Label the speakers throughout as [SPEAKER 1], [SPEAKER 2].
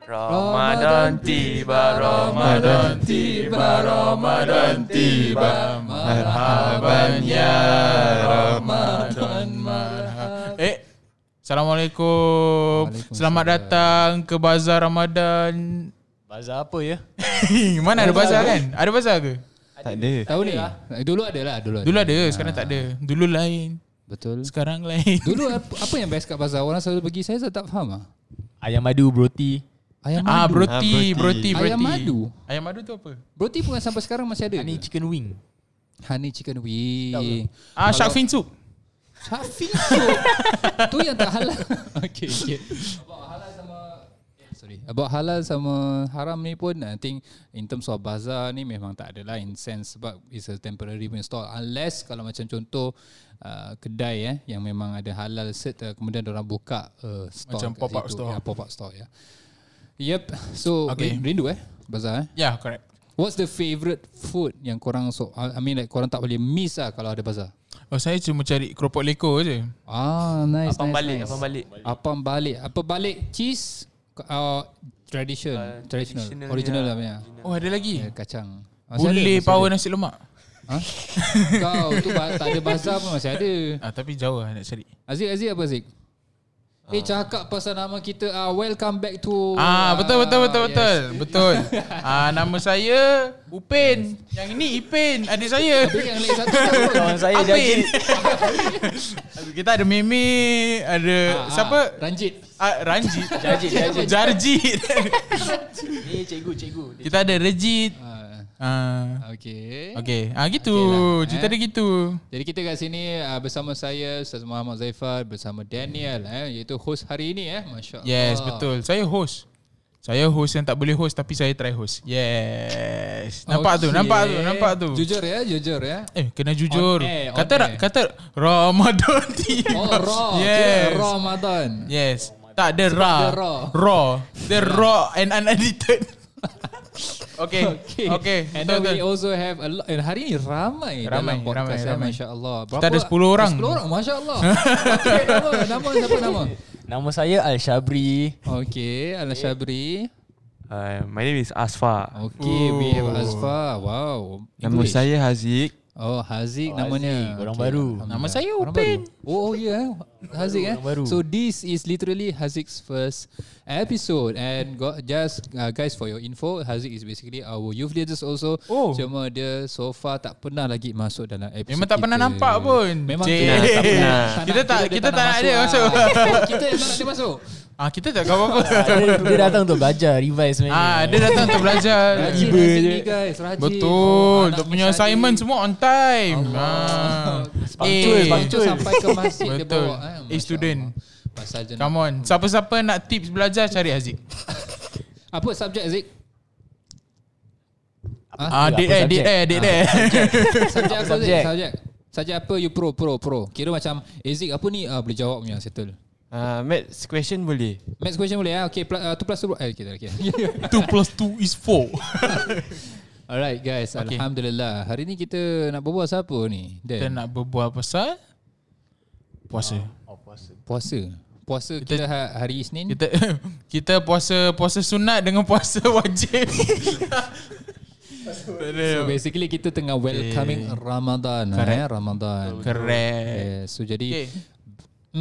[SPEAKER 1] Ramadan tiba, Ramadan tiba, Ramadan tiba. Marhaban ya Ramadan marhaban.
[SPEAKER 2] Eh, Assalamualaikum. Selamat datang ke Bazar Ramadan.
[SPEAKER 3] Bazar apa ya?
[SPEAKER 2] Mana ada bazar kan? Ada bazar ke?
[SPEAKER 1] Tak ada.
[SPEAKER 4] Tahu ni? Dulu ada lah, dulu ada.
[SPEAKER 2] Dulu ada, sekarang tak ada. Dulu lain,
[SPEAKER 4] Betul.
[SPEAKER 2] sekarang lain.
[SPEAKER 4] Dulu apa, apa yang best kat bazar? Orang selalu pergi saya tak faham ah.
[SPEAKER 3] Ayam madu broti.
[SPEAKER 4] Ayam
[SPEAKER 2] Ah,
[SPEAKER 4] madu.
[SPEAKER 2] broti,
[SPEAKER 1] Ah,
[SPEAKER 2] broti,
[SPEAKER 1] broti.
[SPEAKER 2] broti.
[SPEAKER 4] Ayam madu?
[SPEAKER 2] Ayam madu tu apa?
[SPEAKER 4] Broti pun sampai sekarang masih ada. Honey,
[SPEAKER 3] Ni chicken wing.
[SPEAKER 4] honey chicken wing.
[SPEAKER 2] Ah, shark fin soup.
[SPEAKER 4] Syafiq tu. tu yang tak halal. okay, okay. About halal sama Sorry. About halal sama haram ni pun I think in terms of bazaar ni memang tak ada lah in sense sebab it's a temporary punya store unless kalau macam contoh uh, kedai eh yang memang ada halal set uh, kemudian orang buka uh, store
[SPEAKER 2] Macam
[SPEAKER 4] kat
[SPEAKER 2] pop-up
[SPEAKER 4] situ.
[SPEAKER 2] store.
[SPEAKER 4] Ya, pop up store ya. Yep. So
[SPEAKER 2] Okay.
[SPEAKER 4] okay. rindu eh bazaar eh.
[SPEAKER 2] Ya, yeah, correct.
[SPEAKER 4] What's the favourite food yang korang so I mean like korang tak boleh miss lah kalau ada bazaar.
[SPEAKER 2] Oh, saya cuma cari keropok leko je.
[SPEAKER 4] Ah, nice.
[SPEAKER 1] Abang
[SPEAKER 4] nice,
[SPEAKER 1] balik,
[SPEAKER 4] nice.
[SPEAKER 1] abang balik.
[SPEAKER 4] Apam balik. Apa balik? Cheese uh, tradition,
[SPEAKER 1] Ah,
[SPEAKER 4] uh, traditional,
[SPEAKER 1] traditional
[SPEAKER 4] original
[SPEAKER 1] dia.
[SPEAKER 4] lah punya.
[SPEAKER 2] Oh, ada lagi.
[SPEAKER 4] Yeah, kacang.
[SPEAKER 2] Boleh
[SPEAKER 4] masih
[SPEAKER 2] power nasi lemak.
[SPEAKER 4] Ha? Kau tu ba- tak ada bazar pun masih ada.
[SPEAKER 2] Ah, tapi jauh lah nak cari.
[SPEAKER 4] Aziz, Aziz apa Aziz?
[SPEAKER 1] Ah.
[SPEAKER 4] Eh cakap pasal nama kita uh, Welcome back to
[SPEAKER 2] Ah, betul betul betul
[SPEAKER 4] Ah,
[SPEAKER 2] betul.
[SPEAKER 4] yes.
[SPEAKER 2] Betul. Ah, nama saya Upin. Yang ini Ipin, adik saya.
[SPEAKER 4] Tapi yang lain satu tak apa.
[SPEAKER 3] Kawan saya
[SPEAKER 2] Apin.
[SPEAKER 3] jadi.
[SPEAKER 2] Kita ada Meme, ada
[SPEAKER 4] Ah, ah,
[SPEAKER 2] siapa?
[SPEAKER 4] Ranjit
[SPEAKER 2] Ah, Ranjit.
[SPEAKER 3] Jarjit, jarjit.
[SPEAKER 2] Jarjit.
[SPEAKER 3] Ni cikgu, cikgu.
[SPEAKER 2] Kita ada Rejit.
[SPEAKER 4] ah,
[SPEAKER 2] Ah,
[SPEAKER 4] Okay
[SPEAKER 2] okay. Ah gitu.
[SPEAKER 4] Okey lah,
[SPEAKER 2] Cerita
[SPEAKER 4] eh.
[SPEAKER 2] dia gitu.
[SPEAKER 4] Jadi kita kat sini uh, bersama saya Ustaz Muhammad Zaifar bersama Daniel eh iaitu host hari ini eh masya-Allah.
[SPEAKER 2] Yes, betul. Saya host. Saya host yang tak boleh host tapi saya try host. Yes. Nampak tu,
[SPEAKER 4] Ah, Okey.
[SPEAKER 2] nampak tu, nampak tu.
[SPEAKER 4] Jujur ya, jujur ya.
[SPEAKER 2] Eh, kena jujur.
[SPEAKER 4] On air, on
[SPEAKER 2] kata ra-
[SPEAKER 4] air.
[SPEAKER 2] kata Ramadan tiba.
[SPEAKER 4] Oh, raw.
[SPEAKER 2] Yes.
[SPEAKER 4] Kira Ramadan.
[SPEAKER 2] Yes. Tak ada raw.
[SPEAKER 4] dia raw.
[SPEAKER 2] Raw. Dia raw and unedited. okay. Okay.
[SPEAKER 4] And
[SPEAKER 2] Betul,
[SPEAKER 4] then we
[SPEAKER 2] betul.
[SPEAKER 4] also have a lot. And hari ni ramai,
[SPEAKER 2] Ramai,
[SPEAKER 4] dalam
[SPEAKER 2] ramai,
[SPEAKER 4] podcast ramai,
[SPEAKER 2] ramai.
[SPEAKER 4] Masya Allah.
[SPEAKER 2] ada 10 orang.
[SPEAKER 4] 10 orang, Masya Allah. okay, nama, nama, siapa nama?
[SPEAKER 3] Nama saya Al Shabri.
[SPEAKER 4] Okay, Al-Shabri.
[SPEAKER 1] Uh, my name is Asfa.
[SPEAKER 4] Okay, we have Azfa. Wow.
[SPEAKER 1] Nama
[SPEAKER 4] English.
[SPEAKER 1] saya Haziq.
[SPEAKER 4] Oh, Haziq
[SPEAKER 3] Oh,
[SPEAKER 4] namanya.
[SPEAKER 3] Haziq, orang baru.
[SPEAKER 2] Nama saya
[SPEAKER 4] Orang
[SPEAKER 2] Upin.
[SPEAKER 4] baru. Oh, oh ya. Yeah. Haziq eh.
[SPEAKER 3] orang baru.
[SPEAKER 4] So this is literally Haziq's first episode and got just uh, guys for your info, Haziq is basically our youth leaders also.
[SPEAKER 2] Oh.
[SPEAKER 4] Cuma dia so far tak pernah lagi masuk dalam episode
[SPEAKER 2] Memang tak
[SPEAKER 4] kita.
[SPEAKER 2] pernah nampak pun.
[SPEAKER 4] Memang
[SPEAKER 2] Cik.
[SPEAKER 4] kita tak pernah.
[SPEAKER 2] Kita tak- kita tak nak dia
[SPEAKER 4] lah. kita tak nak dia masuk.
[SPEAKER 2] Ah, kita tak kau apa.
[SPEAKER 3] Dia, dia datang untuk belajar, revise sebenarnya.
[SPEAKER 2] ah, dia datang untuk belajar.
[SPEAKER 4] Rajin
[SPEAKER 3] Tiba
[SPEAKER 4] Haziq
[SPEAKER 3] je.
[SPEAKER 4] ni guys, rajin. Oh,
[SPEAKER 2] Betul.
[SPEAKER 4] anak
[SPEAKER 2] Dia punya
[SPEAKER 4] Miss Ali.
[SPEAKER 2] assignment semua on time.
[SPEAKER 4] Allah.
[SPEAKER 2] Ah.
[SPEAKER 4] Punctual,
[SPEAKER 2] Eh,
[SPEAKER 4] punctual sampai ke masjid dia
[SPEAKER 2] Betul.
[SPEAKER 4] bawa. eh,
[SPEAKER 2] Eh,
[SPEAKER 4] Masya
[SPEAKER 2] student.
[SPEAKER 4] Allah. Pasal je.
[SPEAKER 2] Come on. Siapa-siapa nak tips belajar cari Haziq.
[SPEAKER 4] Apa subjek Zik?
[SPEAKER 2] Ah,
[SPEAKER 3] Apa
[SPEAKER 2] date eh,
[SPEAKER 3] subjek?
[SPEAKER 2] date eh, date eh.
[SPEAKER 4] Subjek apa Zik?
[SPEAKER 3] subjek?
[SPEAKER 4] Subjek. Subjek apa you pro pro pro? Kira macam eh Zik apa ni? Ah, boleh jawab punya settle.
[SPEAKER 1] Uh, maths question boleh?
[SPEAKER 4] Next question boleh ah. Okay, pl- uh, two plus two. Eh, kita okay.
[SPEAKER 2] 2 plus 2 is 4.
[SPEAKER 4] Alright guys, okay.
[SPEAKER 2] Okay.
[SPEAKER 4] alhamdulillah. Hari ni kita nak berbual siapa ni?
[SPEAKER 2] Kita
[SPEAKER 4] Dan
[SPEAKER 2] nak berbual pasal puasa.
[SPEAKER 4] puasa. Puasa kita, kita ha- hari Isnin.
[SPEAKER 2] Kita kita puasa puasa sunat dengan puasa wajib.
[SPEAKER 4] So basically kita tengah welcoming eh. Ramadan eh, Ramadan.
[SPEAKER 2] Keren.
[SPEAKER 4] Yes, so
[SPEAKER 2] Okay.
[SPEAKER 4] jadi okay.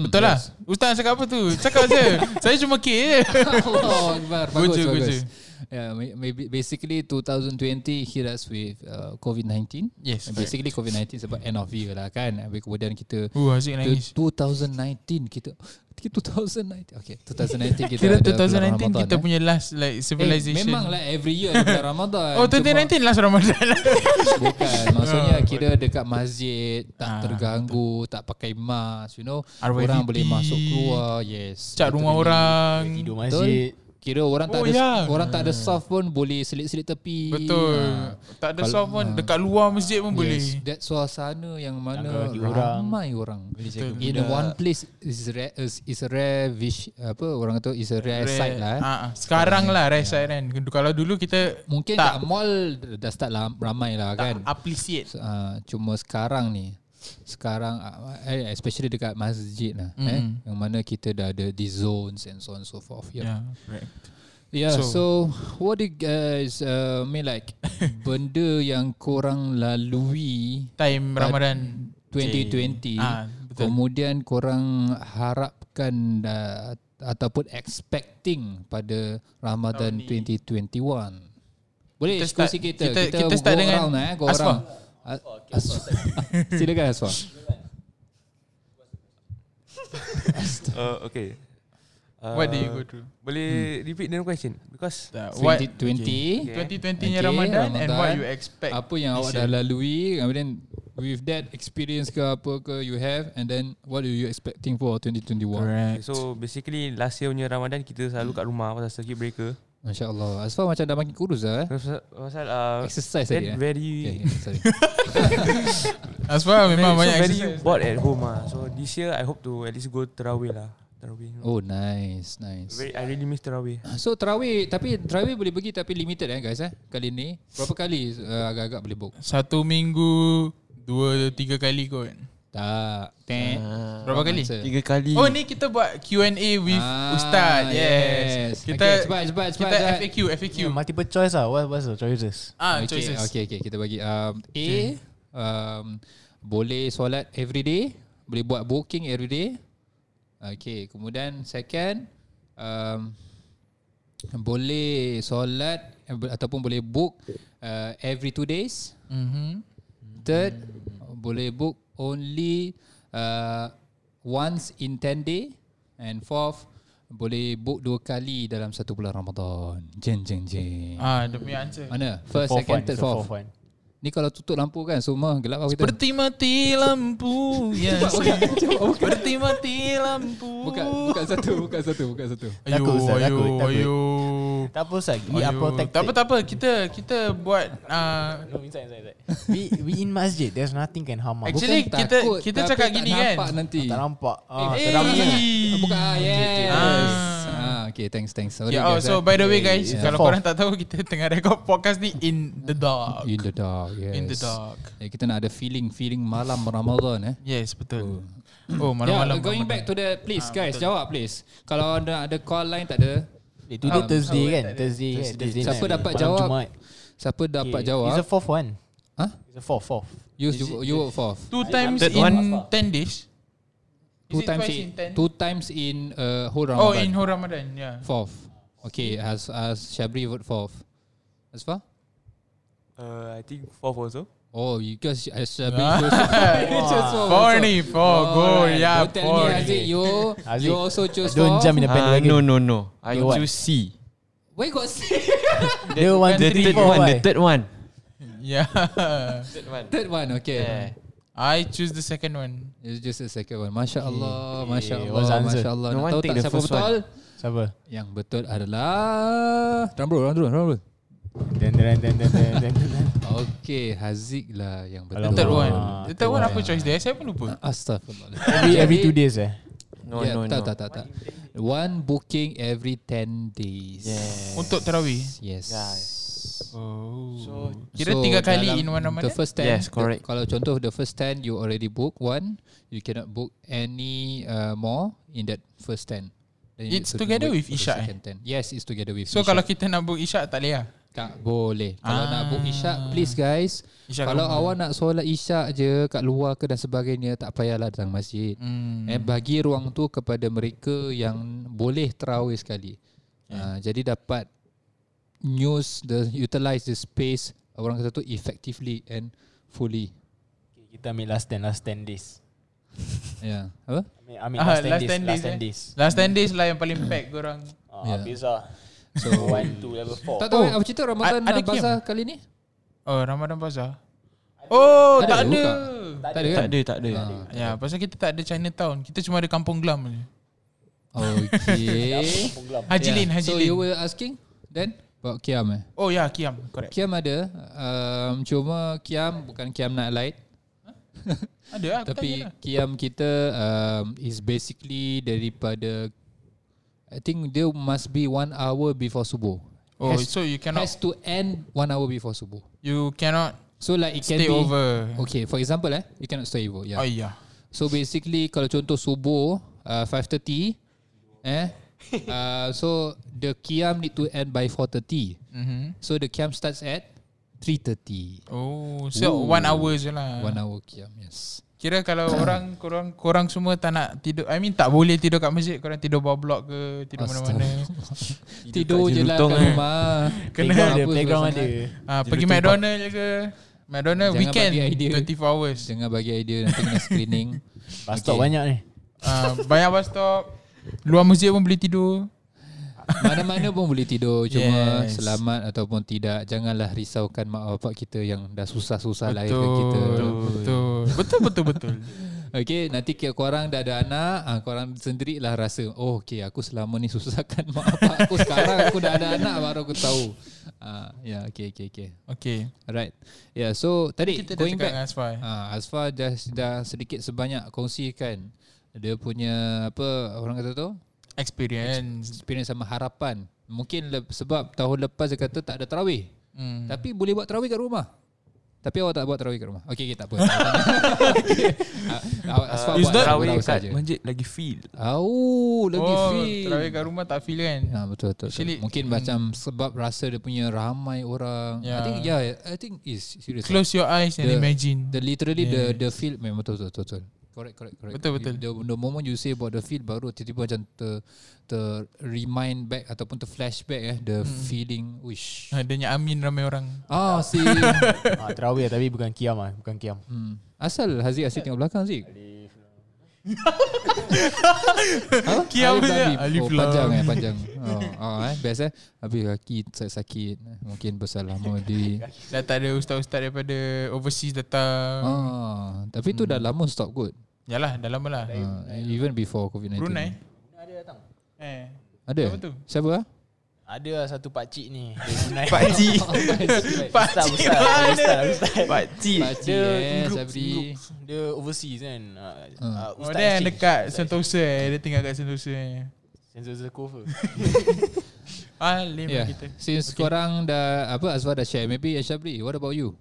[SPEAKER 2] Betul lah. Ustaz cakap apa tu? Cakap je. Saya cuma kira je.
[SPEAKER 4] Allah Akbar. Bagus,
[SPEAKER 2] Goja,
[SPEAKER 4] bagus.
[SPEAKER 2] goja.
[SPEAKER 4] Yeah, may- maybe basically 2020 hit us with uh, COVID-19.
[SPEAKER 2] Yes.
[SPEAKER 4] And Basically COVID-19 sebab end of year lah kan. Habis kemudian kita
[SPEAKER 2] Uh, Haziq nangis.
[SPEAKER 4] tu- 2019 kita 2019 okay 2019 kita
[SPEAKER 2] Kira
[SPEAKER 4] ada bulan
[SPEAKER 2] 2019 kita
[SPEAKER 4] Ramadan,
[SPEAKER 2] punya last like
[SPEAKER 4] eh. eh,
[SPEAKER 2] civilization.
[SPEAKER 4] memang lah every year ada bulan Ramadan
[SPEAKER 2] Oh
[SPEAKER 4] Cuma-
[SPEAKER 2] 2019 last Ramadan lah.
[SPEAKER 4] Bukan Maksudnya kira dekat masjid Tak
[SPEAKER 2] Ah,
[SPEAKER 4] terganggu Tak pakai mask You know
[SPEAKER 2] RYVP.
[SPEAKER 4] Orang boleh masuk keluar Yes
[SPEAKER 2] Cat rumah
[SPEAKER 4] Literally.
[SPEAKER 2] orang.
[SPEAKER 3] Tidur
[SPEAKER 4] Betul.
[SPEAKER 3] masjid.
[SPEAKER 4] Kira orang
[SPEAKER 2] Oh,
[SPEAKER 4] tak ada
[SPEAKER 2] ya.
[SPEAKER 4] orang tak ada staff pun boleh selit-selit tepi.
[SPEAKER 2] Betul.
[SPEAKER 4] Ah.
[SPEAKER 2] Tak ada
[SPEAKER 4] Kalau-
[SPEAKER 2] soft pun dekat luar masjid pun boleh.
[SPEAKER 4] Yes, that suasana yang mana
[SPEAKER 3] Jaga hati orang.
[SPEAKER 4] ramai orang.
[SPEAKER 3] Boleh jaga
[SPEAKER 4] In
[SPEAKER 3] budak.
[SPEAKER 4] one place is rare is, is a rare wish apa orang kata is a rare, rare. site lah. Eh.
[SPEAKER 2] Ah, ah. sekarang lah rare side kan. Kalau dulu kita
[SPEAKER 4] Mungkin tak.
[SPEAKER 2] tak
[SPEAKER 4] kat mall dah start lah, ramai lah
[SPEAKER 2] tak
[SPEAKER 4] kan.
[SPEAKER 2] appreciate.
[SPEAKER 4] Uh, cuma sekarang ni sekarang ah, eh, especially dekat masjid lah eh
[SPEAKER 2] Mm.
[SPEAKER 4] yang mana kita dah ada these zones and so on and so forth. Yeah.
[SPEAKER 2] Yeah, correct.
[SPEAKER 4] Yeah, so,
[SPEAKER 2] So-
[SPEAKER 4] so what do you guys uh, mean like benda yang korang lalui
[SPEAKER 2] Time
[SPEAKER 4] But-
[SPEAKER 2] Ramadan
[SPEAKER 4] 2020
[SPEAKER 2] Ah, betul.
[SPEAKER 4] kemudian korang harapkan uh, ataupun expecting pada Ramadan 2021. Boleh
[SPEAKER 2] Kita
[SPEAKER 4] kita
[SPEAKER 2] start-
[SPEAKER 4] sikit kita
[SPEAKER 2] kita-
[SPEAKER 4] kita,
[SPEAKER 2] kita start
[SPEAKER 4] go
[SPEAKER 2] dengan Oh,
[SPEAKER 4] around lah, eh go
[SPEAKER 2] Aswa.
[SPEAKER 4] around. A- Aswa. Silakan Aswa.
[SPEAKER 1] Uh, okay. Uh,
[SPEAKER 2] What did you go through?
[SPEAKER 1] Boleh repeat the question because
[SPEAKER 2] Tak, what-
[SPEAKER 4] 2020
[SPEAKER 2] 2020 nya
[SPEAKER 4] Uh, Okay,
[SPEAKER 2] Ramadan, and what
[SPEAKER 4] Ramadan.
[SPEAKER 2] you expect
[SPEAKER 4] apa yang awak dah lalui kemudian with that experience ke apa ke you have and then what are you expecting for 2021
[SPEAKER 1] okay, so basically last year punya Ramadan kita selalu kat rumah pasal circuit breaker.
[SPEAKER 4] masya-Allah Asfa macam dah makin kurus lah eh
[SPEAKER 1] Pasal, pasal uh,
[SPEAKER 4] exercise
[SPEAKER 1] that
[SPEAKER 4] tadi eh
[SPEAKER 1] very
[SPEAKER 4] okay,
[SPEAKER 1] okay.
[SPEAKER 4] okay, sorry
[SPEAKER 2] As well
[SPEAKER 1] so
[SPEAKER 2] memang banyak
[SPEAKER 1] very
[SPEAKER 2] exercise
[SPEAKER 1] bored at home ah. So this year I hope to at least go tarawih lah. Tarawih. Oh.
[SPEAKER 4] oh nice nice
[SPEAKER 1] Very, I really miss tarawih.
[SPEAKER 4] so tarawih tapi tarawih boleh pergi tapi limited eh guys eh kali ni berapa kali uh, agak-agak boleh book
[SPEAKER 2] Satu minggu Dua tiga kali kot
[SPEAKER 4] tak
[SPEAKER 2] Teng. Berapa kali?
[SPEAKER 1] Tiga kali.
[SPEAKER 2] Oh ni kita buat Q&A with
[SPEAKER 4] Ah,
[SPEAKER 2] Ustaz Yes,
[SPEAKER 4] yes.
[SPEAKER 2] Kita
[SPEAKER 4] Okay, cepat, cepat, cepat,
[SPEAKER 2] Kita
[SPEAKER 4] cepat.
[SPEAKER 2] FAQ FAQ
[SPEAKER 3] Yeah, multiple choice lah. What was the choices?
[SPEAKER 2] Ah
[SPEAKER 4] okay,
[SPEAKER 2] choices
[SPEAKER 4] Okay, okay, kita bagi um, A um, boleh solat every day, boleh buat booking every day. Okay, kemudian second um, boleh solat eh, bo- ataupun boleh book uh, every two days.
[SPEAKER 2] Mhm.
[SPEAKER 4] Third boleh book only uh, once in 10 day and fourth boleh book dua kali dalam satu bulan Ramadan. Jeng jeng jeng.
[SPEAKER 2] Ah dia punya answer
[SPEAKER 4] Mana? First,
[SPEAKER 3] Fourth
[SPEAKER 4] second,
[SPEAKER 3] one,
[SPEAKER 4] third,
[SPEAKER 3] so
[SPEAKER 4] fourth.
[SPEAKER 3] one.
[SPEAKER 4] Ni kalau tutup lampu kan semua gelap apa kita.
[SPEAKER 2] Seperti mati lampu yang Seperti mati lampu
[SPEAKER 4] buka buka satu, buka satu, buka satu.
[SPEAKER 2] Ayo
[SPEAKER 3] Takut, Ustaz,
[SPEAKER 2] ayo
[SPEAKER 3] takut, takut.
[SPEAKER 2] ayo
[SPEAKER 3] Tak apa Ustaz, we are
[SPEAKER 2] Ayo.
[SPEAKER 3] protected.
[SPEAKER 2] Tak apa tak apa kita kita buat ah,
[SPEAKER 3] No, inside, inside, inside. we, we in masjid, there's nothing can harm us.
[SPEAKER 2] Actually- kita- kita
[SPEAKER 4] tapi
[SPEAKER 2] cakap
[SPEAKER 4] tak
[SPEAKER 2] gini
[SPEAKER 4] nampak
[SPEAKER 2] kan?
[SPEAKER 4] nanti.
[SPEAKER 3] Tak nampak. Ah,
[SPEAKER 4] Eh,
[SPEAKER 2] eh,
[SPEAKER 4] terang
[SPEAKER 2] eh.
[SPEAKER 4] sangat. Buka ah, yes.
[SPEAKER 2] Ah.
[SPEAKER 4] Ah, okay, thanks, thanks. Sorry,
[SPEAKER 2] yeah, oh,
[SPEAKER 4] guys,
[SPEAKER 2] so
[SPEAKER 4] eh.
[SPEAKER 2] by the way guys,
[SPEAKER 3] Yeah.
[SPEAKER 2] kalau
[SPEAKER 3] Fourh.
[SPEAKER 2] korang tak tahu kita tengah record podcast ni in the dark.
[SPEAKER 4] in the dark, yes.
[SPEAKER 2] In the dark.
[SPEAKER 4] Eh, kita nak ada feeling feeling malam Ramadan eh.
[SPEAKER 2] Yes, betul. Oh,
[SPEAKER 4] yeah,
[SPEAKER 2] malam-malam.
[SPEAKER 4] going back to the please guys, jawab please. Kalau ada ada call line tak ada.
[SPEAKER 3] Today Thursday kan? Thursday kan? Thursday
[SPEAKER 4] Siapa
[SPEAKER 3] night.
[SPEAKER 4] dapat
[SPEAKER 3] Malam
[SPEAKER 4] jawab?
[SPEAKER 3] Jumaat.
[SPEAKER 4] Siapa dapat
[SPEAKER 3] Okay, It's
[SPEAKER 4] jawab?
[SPEAKER 3] a fourth one.
[SPEAKER 4] Huh?
[SPEAKER 3] It's a fourth, fourth.
[SPEAKER 4] You you work fourth.
[SPEAKER 2] two times
[SPEAKER 1] Third
[SPEAKER 2] in
[SPEAKER 1] one.
[SPEAKER 2] 10 days. Is
[SPEAKER 4] Two
[SPEAKER 2] it
[SPEAKER 4] times
[SPEAKER 2] twice
[SPEAKER 4] in,
[SPEAKER 2] in ten?
[SPEAKER 4] two times in uh, whole Ramadan.
[SPEAKER 2] Oh, in whole Ramadan, yeah.
[SPEAKER 4] Fourth. Okay, as as Shabri vote fourth. As far?
[SPEAKER 1] Uh, I think fourth also.
[SPEAKER 4] Oh, you guys as Shabri chose. you chose four.
[SPEAKER 2] Four ni, four,
[SPEAKER 4] Oh,
[SPEAKER 2] go, Oh,
[SPEAKER 4] Alright,
[SPEAKER 2] yeah,
[SPEAKER 4] Don't tell
[SPEAKER 2] four.
[SPEAKER 4] me, Aziz, you
[SPEAKER 3] Aziz,
[SPEAKER 4] you also chose four.
[SPEAKER 3] Don't jump in the
[SPEAKER 1] Ah,
[SPEAKER 3] bandwagon.
[SPEAKER 1] no no no. I
[SPEAKER 3] The what?
[SPEAKER 1] choose C.
[SPEAKER 4] Where got
[SPEAKER 3] The one,
[SPEAKER 1] The
[SPEAKER 3] two, three,
[SPEAKER 1] third
[SPEAKER 3] four,
[SPEAKER 1] one. The
[SPEAKER 3] why?
[SPEAKER 1] third one.
[SPEAKER 2] Yeah.
[SPEAKER 4] third one? Okay.
[SPEAKER 1] Yeah.
[SPEAKER 2] I choose the second one.
[SPEAKER 4] It's just a second one. Masya Allah, Masya
[SPEAKER 3] Eh,
[SPEAKER 4] Allah,
[SPEAKER 3] what's the answer?
[SPEAKER 4] Masya Allah.
[SPEAKER 1] No
[SPEAKER 4] Nak
[SPEAKER 1] one
[SPEAKER 4] tahu
[SPEAKER 1] take
[SPEAKER 4] tak
[SPEAKER 1] the
[SPEAKER 4] siapa
[SPEAKER 1] first
[SPEAKER 4] betul?
[SPEAKER 3] Siapa?
[SPEAKER 4] Yang betul adalah Ramrul, Ramrul, Ramrul.
[SPEAKER 3] Dan dan dan dan dan dan. dan.
[SPEAKER 4] Okay, Haziq lah yang betul.
[SPEAKER 3] Alamak.
[SPEAKER 2] Third one.
[SPEAKER 3] Ah,
[SPEAKER 2] The third one apa choice dia? Saya pun
[SPEAKER 4] Uh,
[SPEAKER 2] lupa.
[SPEAKER 4] Astaghfirullah.
[SPEAKER 3] Every every two days eh.
[SPEAKER 1] No
[SPEAKER 4] yeah,
[SPEAKER 1] no
[SPEAKER 4] tak,
[SPEAKER 1] no.
[SPEAKER 4] tak, tak, tak. One booking every 10 days.
[SPEAKER 1] Yes.
[SPEAKER 2] Untuk tarawih.
[SPEAKER 4] Yes.
[SPEAKER 1] Yeah.
[SPEAKER 2] Oh.
[SPEAKER 1] So
[SPEAKER 2] Kira
[SPEAKER 4] So,
[SPEAKER 2] tiga kali
[SPEAKER 4] dalam
[SPEAKER 2] in one Ramadan?
[SPEAKER 4] The first 10.
[SPEAKER 1] Yes, correct.
[SPEAKER 4] The, kalau contoh the first 10 you already book one, you cannot book any uh, more in that first 10. Then you
[SPEAKER 2] It's
[SPEAKER 4] should
[SPEAKER 2] together with
[SPEAKER 4] wait for the
[SPEAKER 2] Isyak, eh?
[SPEAKER 4] second 10. Yes, it's together with
[SPEAKER 2] So
[SPEAKER 4] Isyak.
[SPEAKER 2] kalau kita nak book Isyak tak boleh lah.
[SPEAKER 4] tak boleh. Kalau
[SPEAKER 2] Ah.
[SPEAKER 4] nak book Isyak, please guys.
[SPEAKER 2] Isyak
[SPEAKER 4] kalau
[SPEAKER 2] kat rumah.
[SPEAKER 4] awak nak solat Isyak je kat luar ke dan sebagainya, tak payahlah datang masjid.
[SPEAKER 2] Hmm.
[SPEAKER 4] Eh, bagi ruang tu kepada mereka yang boleh terawih sekali.
[SPEAKER 2] Ya.
[SPEAKER 4] Yeah. Uh, jadi dapat use the utilize the space orang kata tu effectively and fully.
[SPEAKER 3] Okay, Kita ambil last 10 last 10 days.
[SPEAKER 4] Ya. Yeah. Apa?
[SPEAKER 3] Ambil, ambil
[SPEAKER 2] Ah, last
[SPEAKER 3] last 10 days
[SPEAKER 2] 10
[SPEAKER 3] last
[SPEAKER 2] days,
[SPEAKER 3] 10 days.
[SPEAKER 2] Last 10 days lah yang paling pack korang.
[SPEAKER 3] Ah,
[SPEAKER 4] Yeah.
[SPEAKER 3] habis lah.
[SPEAKER 4] So
[SPEAKER 3] One, two, level four.
[SPEAKER 4] tak tahu oh. apa cerita Ramadan
[SPEAKER 2] A- ada
[SPEAKER 4] ada bazar kali ni?
[SPEAKER 2] Oh, Ramadan Bazaar. Oh,
[SPEAKER 4] Ada
[SPEAKER 2] tak
[SPEAKER 4] ke
[SPEAKER 2] ada.
[SPEAKER 4] buka? Tak ada kan?
[SPEAKER 1] tak ada tak ada.
[SPEAKER 2] Ya, pasal kita tak ada Chinatown. Kita cuma ada Kampung Glam je.
[SPEAKER 4] Okay.
[SPEAKER 2] Haji Lin, Haji
[SPEAKER 4] Ya. so
[SPEAKER 2] Lin.
[SPEAKER 4] you were asking then about Kiam eh?
[SPEAKER 2] Oh ya, Kiam. Correct.
[SPEAKER 4] Kiam ada um, cuma Kiam bukan Kiam nak light
[SPEAKER 2] Ada lah. aku
[SPEAKER 4] Tapi
[SPEAKER 2] tanya lah.
[SPEAKER 4] kiam kita um, is basically daripada I think dia must be one hour before subuh.
[SPEAKER 2] Oh,
[SPEAKER 4] has,
[SPEAKER 2] so you cannot
[SPEAKER 4] has to end one hour before subuh.
[SPEAKER 2] you cannot
[SPEAKER 4] So like it can
[SPEAKER 2] stay
[SPEAKER 4] be
[SPEAKER 2] over.
[SPEAKER 4] Okay, for example eh, you cannot stay
[SPEAKER 2] Oh
[SPEAKER 4] over. Yeah.
[SPEAKER 2] ya.
[SPEAKER 4] So basically kalau contoh subuh uh, 5:30 eh uh, so the qiyam need to end by 4.30.
[SPEAKER 2] Mm-hmm.
[SPEAKER 4] So the qiyam starts at 3.30.
[SPEAKER 2] Oh, so Ooh. one hour je lah.
[SPEAKER 4] One hour qiyam, yes.
[SPEAKER 2] Kira kalau orang korang korang semua tak nak tidur, I mean tak boleh tidur kat masjid, korang tidur bawah blok ke, tidur mana-mana.
[SPEAKER 4] Tidur
[SPEAKER 1] kat
[SPEAKER 4] je lah
[SPEAKER 1] jelutong,
[SPEAKER 4] kat
[SPEAKER 1] eh.
[SPEAKER 4] rumah.
[SPEAKER 2] Kena
[SPEAKER 3] Playground ada
[SPEAKER 4] apa
[SPEAKER 3] Playground
[SPEAKER 4] suasana.
[SPEAKER 3] ada
[SPEAKER 2] Ah,
[SPEAKER 1] Tidur
[SPEAKER 2] pergi
[SPEAKER 1] tempat.
[SPEAKER 2] McDonald je ke. McDonald
[SPEAKER 4] Jangan
[SPEAKER 2] weekend
[SPEAKER 4] bagi idea.
[SPEAKER 2] 24 hours.
[SPEAKER 4] Jangan bagi idea nanti kena screening.
[SPEAKER 3] Bus stop
[SPEAKER 4] Okay.
[SPEAKER 3] banyak ni
[SPEAKER 2] Ah, banyak bus stop. Luar masjid pun boleh tidur.
[SPEAKER 4] Mana-mana pun boleh tidur Cuma
[SPEAKER 2] Yes.
[SPEAKER 4] yes. selamat ataupun tidak Janganlah risaukan mak bapak kita Yang dah susah-susah lahirkan kita
[SPEAKER 2] Betul. Betul. Betul betul betul.
[SPEAKER 4] Okay nanti kira korang dah ada anak ah, Korang sendirilah rasa Oh okay aku selama ni susahkan mak bapak aku Sekarang aku dah ada anak baru aku tahu ah, Ya yeah, okay okay okay
[SPEAKER 2] Okay.
[SPEAKER 4] Alright Ya yeah, so tadi
[SPEAKER 2] Kita dah
[SPEAKER 4] going
[SPEAKER 2] cakap
[SPEAKER 4] back
[SPEAKER 2] dengan Asfai.
[SPEAKER 4] Ha, Azfar dah, dah sedikit sebanyak kongsikan dia punya apa orang kata tu
[SPEAKER 2] Experience.
[SPEAKER 4] experience sama harapan. Mungkin le- sebab tahun lepas dia kata tak ada tarawih.
[SPEAKER 2] Hmm.
[SPEAKER 4] Hmm. Tapi boleh buat tarawih kat rumah. Tapi awak tak buat tarawih kat rumah. Okey, okay, tak apa. okay. Ah, Awak Azfar
[SPEAKER 1] Is
[SPEAKER 4] buat
[SPEAKER 1] that
[SPEAKER 4] tarawih
[SPEAKER 1] Tarawih
[SPEAKER 4] saja.
[SPEAKER 1] kat masjid lagi feel
[SPEAKER 4] Oh, lagi
[SPEAKER 2] oh,
[SPEAKER 4] feel.
[SPEAKER 2] Terawih kat rumah tak feel kan?
[SPEAKER 4] Ya betul betul.
[SPEAKER 2] Actually,
[SPEAKER 4] Actually, Mungkin
[SPEAKER 2] hmm.
[SPEAKER 4] macam sebab rasa dia punya ramai orang.
[SPEAKER 2] Ya.
[SPEAKER 4] I think yeah, I think is serious.
[SPEAKER 2] Close your eyes and
[SPEAKER 4] The-
[SPEAKER 2] imagine.
[SPEAKER 4] The literally
[SPEAKER 2] Yes.
[SPEAKER 4] the the feel memang betul betul betul. betul. Correct correct correct.
[SPEAKER 2] Betul, betul.
[SPEAKER 4] The, the moment you say about the feel baru tiba-tiba macam ter ter remind back ataupun ter flashback eh the hmm. feeling wish.
[SPEAKER 2] Adanya Ha, Amin ramai orang.
[SPEAKER 4] Ah si.
[SPEAKER 3] ah, Terawih tapi bukan kiam lah Bukan kiam
[SPEAKER 4] hmm. Asal Haziq asyik tengok belakang Haziq. Huh?
[SPEAKER 2] Kiam
[SPEAKER 4] Alif
[SPEAKER 2] je.
[SPEAKER 4] Lam Mim.
[SPEAKER 2] Alif lah. Lam.
[SPEAKER 4] oh, panjang eh panjang. Oh, oh eh biasa habis kaki sakit-sakit eh, mungkin besar lama di.
[SPEAKER 2] Dah tak ada ustaz-ustaz daripada overseas datang.
[SPEAKER 4] Ah tapi tu dah lama stop kot.
[SPEAKER 2] Yalah, dah lama lah.
[SPEAKER 4] Ah, even before COVID-19.
[SPEAKER 2] Brunei. Eh.
[SPEAKER 4] Ada?
[SPEAKER 2] Apa tu?
[SPEAKER 4] Siapa ah?
[SPEAKER 3] Ada lah satu pakcik ni Dari Brunei
[SPEAKER 1] Pak Cik
[SPEAKER 3] Ustaz,
[SPEAKER 2] Pakcik
[SPEAKER 3] ustaz,
[SPEAKER 2] mana?
[SPEAKER 3] ustaz, ustaz.
[SPEAKER 1] Pak Cik
[SPEAKER 4] Pakcik
[SPEAKER 3] Dia
[SPEAKER 4] eh
[SPEAKER 3] group,
[SPEAKER 4] Sabri
[SPEAKER 3] group. Dia overseas kan Ah, ah,
[SPEAKER 2] Oh, dia yang
[SPEAKER 3] exchange.
[SPEAKER 2] dekat Sentosa eh. Dia tinggal kat Sentosa eh.
[SPEAKER 3] Sentosa Cove
[SPEAKER 2] Alim
[SPEAKER 4] Ya yeah.
[SPEAKER 2] Ah, kita.
[SPEAKER 4] Since okay. korang dah Apa Azwar dah share Maybe Ashabri What about you?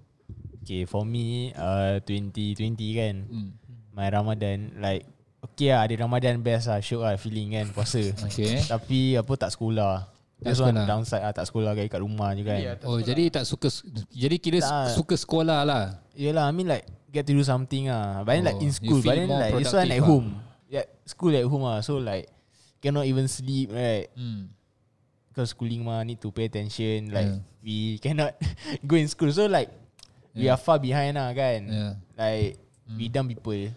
[SPEAKER 3] Okay for me uh, 2020 kan
[SPEAKER 4] Hmm.
[SPEAKER 3] My Ramadan Like Okay lah ada Ramadan best lah Syuk lah feeling kan Puasa
[SPEAKER 4] Okay.
[SPEAKER 3] Tapi apa tak sekolah
[SPEAKER 4] Tak
[SPEAKER 3] That's one
[SPEAKER 4] sekolah.
[SPEAKER 3] downside lah Tak sekolah guys kat rumah je kan
[SPEAKER 2] Ya, tak
[SPEAKER 4] Oh jadi tak suka Jadi kira
[SPEAKER 3] Tak.
[SPEAKER 4] suka sekolah lah
[SPEAKER 3] Yelah I mean like Get to do something ah But then like
[SPEAKER 4] Oh,
[SPEAKER 3] in
[SPEAKER 4] you
[SPEAKER 3] school
[SPEAKER 4] feel
[SPEAKER 3] But then
[SPEAKER 4] more
[SPEAKER 3] like This one
[SPEAKER 4] productive
[SPEAKER 3] at
[SPEAKER 4] ah.
[SPEAKER 3] home Yeah School at home ah So like Cannot even sleep right
[SPEAKER 4] hmm.
[SPEAKER 3] Because schooling mah Need to pay attention Like
[SPEAKER 4] Yeah.
[SPEAKER 3] We cannot Go in school So like We are far behind lah kan
[SPEAKER 4] Yeah.
[SPEAKER 3] Like We dumb people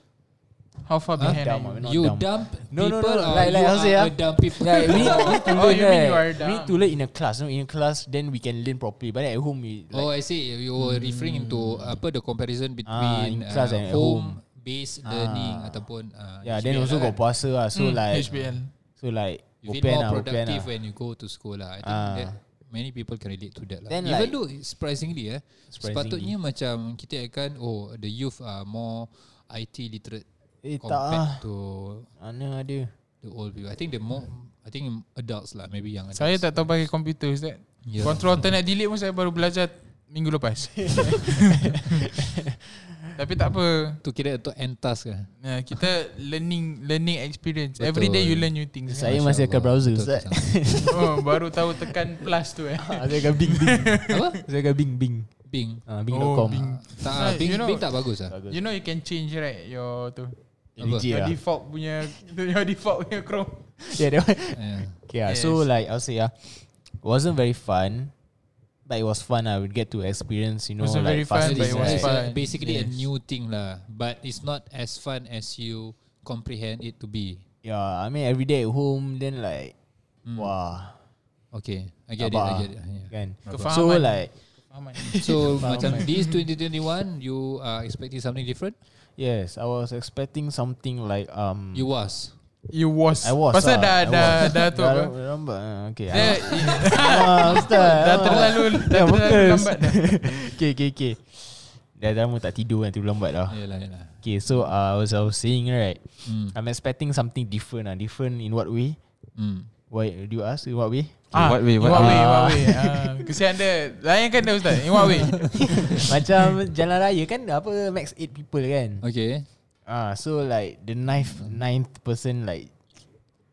[SPEAKER 2] How far
[SPEAKER 4] Huh?
[SPEAKER 2] behind?
[SPEAKER 3] Dumb ah,
[SPEAKER 2] are
[SPEAKER 3] we're
[SPEAKER 2] you?
[SPEAKER 3] not
[SPEAKER 4] You
[SPEAKER 3] dumb.
[SPEAKER 4] dump
[SPEAKER 3] No, no,
[SPEAKER 4] people
[SPEAKER 3] no,
[SPEAKER 4] Or
[SPEAKER 3] like- like
[SPEAKER 4] you
[SPEAKER 3] how say,
[SPEAKER 4] are
[SPEAKER 3] ah?
[SPEAKER 4] a dumb people
[SPEAKER 3] Like we need, we need to
[SPEAKER 2] Oh,
[SPEAKER 3] learn
[SPEAKER 2] you mean you
[SPEAKER 3] right?
[SPEAKER 2] are
[SPEAKER 3] We need to learn in a class no? In a class Then we can learn properly But then at home we, like,
[SPEAKER 4] Oh I see You were referring to Apa the comparison
[SPEAKER 3] in
[SPEAKER 4] between uh,
[SPEAKER 3] class Hmm. Ah, and at
[SPEAKER 4] Home based learning
[SPEAKER 3] Ah.
[SPEAKER 4] Ataupun uh,
[SPEAKER 3] Yeah then also got puasa lah So
[SPEAKER 2] Hmm,
[SPEAKER 3] like
[SPEAKER 2] HBL.
[SPEAKER 3] So like
[SPEAKER 4] You feel
[SPEAKER 3] open
[SPEAKER 4] more
[SPEAKER 3] lah, open
[SPEAKER 4] productive
[SPEAKER 3] lah.
[SPEAKER 4] when you go to school lah. I think
[SPEAKER 3] Ah.
[SPEAKER 4] that many people can relate to that lah.
[SPEAKER 3] Then
[SPEAKER 4] Even
[SPEAKER 3] like-
[SPEAKER 4] though surprisingly eh,
[SPEAKER 3] Surprisingly.
[SPEAKER 4] sepatutnya macam kita akan oh the youth are more IT literate
[SPEAKER 3] Eh tak lah
[SPEAKER 4] compared to
[SPEAKER 3] Mana ada
[SPEAKER 4] the old people. I think the more I think adults lah maybe yang
[SPEAKER 2] Saya tak tahu pakai komputer Ustaz.
[SPEAKER 4] Ya.
[SPEAKER 2] Control alt nak delete pun saya baru belajar minggu lepas. Tapi tak apa.
[SPEAKER 4] tu kira untuk entas kan.
[SPEAKER 2] Ya, kita learning learning experience.
[SPEAKER 4] Betul.
[SPEAKER 2] Every day you learn new things.
[SPEAKER 3] Saya masih akan browser Ustaz
[SPEAKER 2] oh, baru tahu tekan plus tu eh.
[SPEAKER 3] Ah, Saya akan bing bing
[SPEAKER 4] Apa?
[SPEAKER 3] Saya akan bing bing
[SPEAKER 4] Bing.
[SPEAKER 3] Ah,
[SPEAKER 2] Oh,
[SPEAKER 3] Bing.com
[SPEAKER 2] Bing.
[SPEAKER 4] Tak ah,
[SPEAKER 2] Right,
[SPEAKER 4] Bing,
[SPEAKER 2] you know-
[SPEAKER 4] Bing tak bagus ah.
[SPEAKER 3] Bagus.
[SPEAKER 2] You know you can change right your tu.
[SPEAKER 3] Legit
[SPEAKER 2] Your
[SPEAKER 3] lah
[SPEAKER 2] default punya your default punya Chrome.
[SPEAKER 3] Yeah that one
[SPEAKER 4] Yeah.
[SPEAKER 3] Okay lah so like I'll say ah Wasn't very fun But it was fun I would get to experience You know
[SPEAKER 2] Wasn't
[SPEAKER 3] like
[SPEAKER 2] very fun,
[SPEAKER 3] fasting,
[SPEAKER 2] but it was
[SPEAKER 3] right?
[SPEAKER 4] It's
[SPEAKER 2] fun.
[SPEAKER 4] a- basically a
[SPEAKER 2] Yes.
[SPEAKER 4] new thing lah, but it's not as fun as you comprehend it to be.
[SPEAKER 3] Yeah I mean every day at home Then like
[SPEAKER 4] Hmm.
[SPEAKER 3] Wah
[SPEAKER 4] Okay, I get it. I
[SPEAKER 3] Rabak
[SPEAKER 4] get it. Yeah.
[SPEAKER 3] Kan
[SPEAKER 2] Kefahaman.
[SPEAKER 3] So like
[SPEAKER 2] Faham kan?
[SPEAKER 4] So macam this 2021 you are expecting something different?
[SPEAKER 3] Yes I was expecting something like um
[SPEAKER 4] You was.
[SPEAKER 2] You was.
[SPEAKER 3] I was
[SPEAKER 2] Pasal
[SPEAKER 3] ah,
[SPEAKER 2] dah
[SPEAKER 3] I
[SPEAKER 2] dah
[SPEAKER 3] was.
[SPEAKER 2] dah tu apa?
[SPEAKER 3] Dah lambat ah, Okay
[SPEAKER 2] Dia,
[SPEAKER 3] Ah, Ustaz
[SPEAKER 2] dah terlalu
[SPEAKER 3] Ya,
[SPEAKER 2] dah terlalu lambat dah.
[SPEAKER 3] Okay okay okay Dah lama tak tidur kan Tidur lambat lah
[SPEAKER 4] Yalah yalah.
[SPEAKER 3] Okay so uh, I, was, I was saying right
[SPEAKER 4] ya Hmm.
[SPEAKER 3] I'm expecting something different ah. Different in what way
[SPEAKER 4] Hmm.
[SPEAKER 3] Why do you ask in what way
[SPEAKER 2] Ah,
[SPEAKER 1] What way,
[SPEAKER 2] in
[SPEAKER 1] what
[SPEAKER 2] what way?
[SPEAKER 3] way?
[SPEAKER 2] What way? Ah, kesian dia. Layankan dia ustaz. In what way?
[SPEAKER 3] Macam jalan raya kan Apa max 8 people kan
[SPEAKER 4] Okay.
[SPEAKER 3] Ah, So like the ninth Ninth person like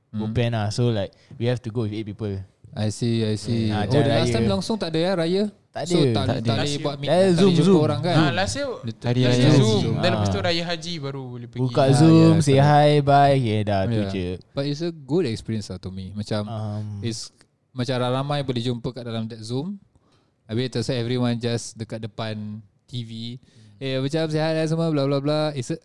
[SPEAKER 4] Hmm.
[SPEAKER 3] open lah. So like we have to go with eight people.
[SPEAKER 4] I see, I see.
[SPEAKER 3] Ah,
[SPEAKER 4] Yeah, oh,
[SPEAKER 3] jalan
[SPEAKER 4] the last
[SPEAKER 3] raya.
[SPEAKER 4] time langsung tak ada ya raya?
[SPEAKER 3] Tak
[SPEAKER 4] So
[SPEAKER 3] ada.
[SPEAKER 4] tak,
[SPEAKER 3] Tak
[SPEAKER 4] tak,
[SPEAKER 3] ada.
[SPEAKER 4] tak boleh buat meet,
[SPEAKER 3] Eh,
[SPEAKER 4] tak boleh
[SPEAKER 3] Zoom,
[SPEAKER 4] jumpa
[SPEAKER 3] Zoom. lah.
[SPEAKER 4] orang kan?
[SPEAKER 2] Ah, last year
[SPEAKER 4] Tadi
[SPEAKER 5] Ya,
[SPEAKER 2] last
[SPEAKER 4] raya
[SPEAKER 2] year
[SPEAKER 4] Zoom.
[SPEAKER 2] Zoom. Then
[SPEAKER 3] Ah.
[SPEAKER 2] lepas tu Raya Haji baru boleh pergi.
[SPEAKER 3] Buka
[SPEAKER 4] Ah,
[SPEAKER 3] Zoom,
[SPEAKER 4] yeah,
[SPEAKER 3] say hi, bye. Yeah, dah tu
[SPEAKER 4] Yeah.
[SPEAKER 3] je.
[SPEAKER 4] Ya. But it's a good experience lah to me. Macam,
[SPEAKER 3] Um,
[SPEAKER 4] it's macam ramai boleh jumpa kat dalam that Zoom. Habis terus everyone just dekat depan TV. Eh, macam sihat lah semua, bla bla bla. It's a,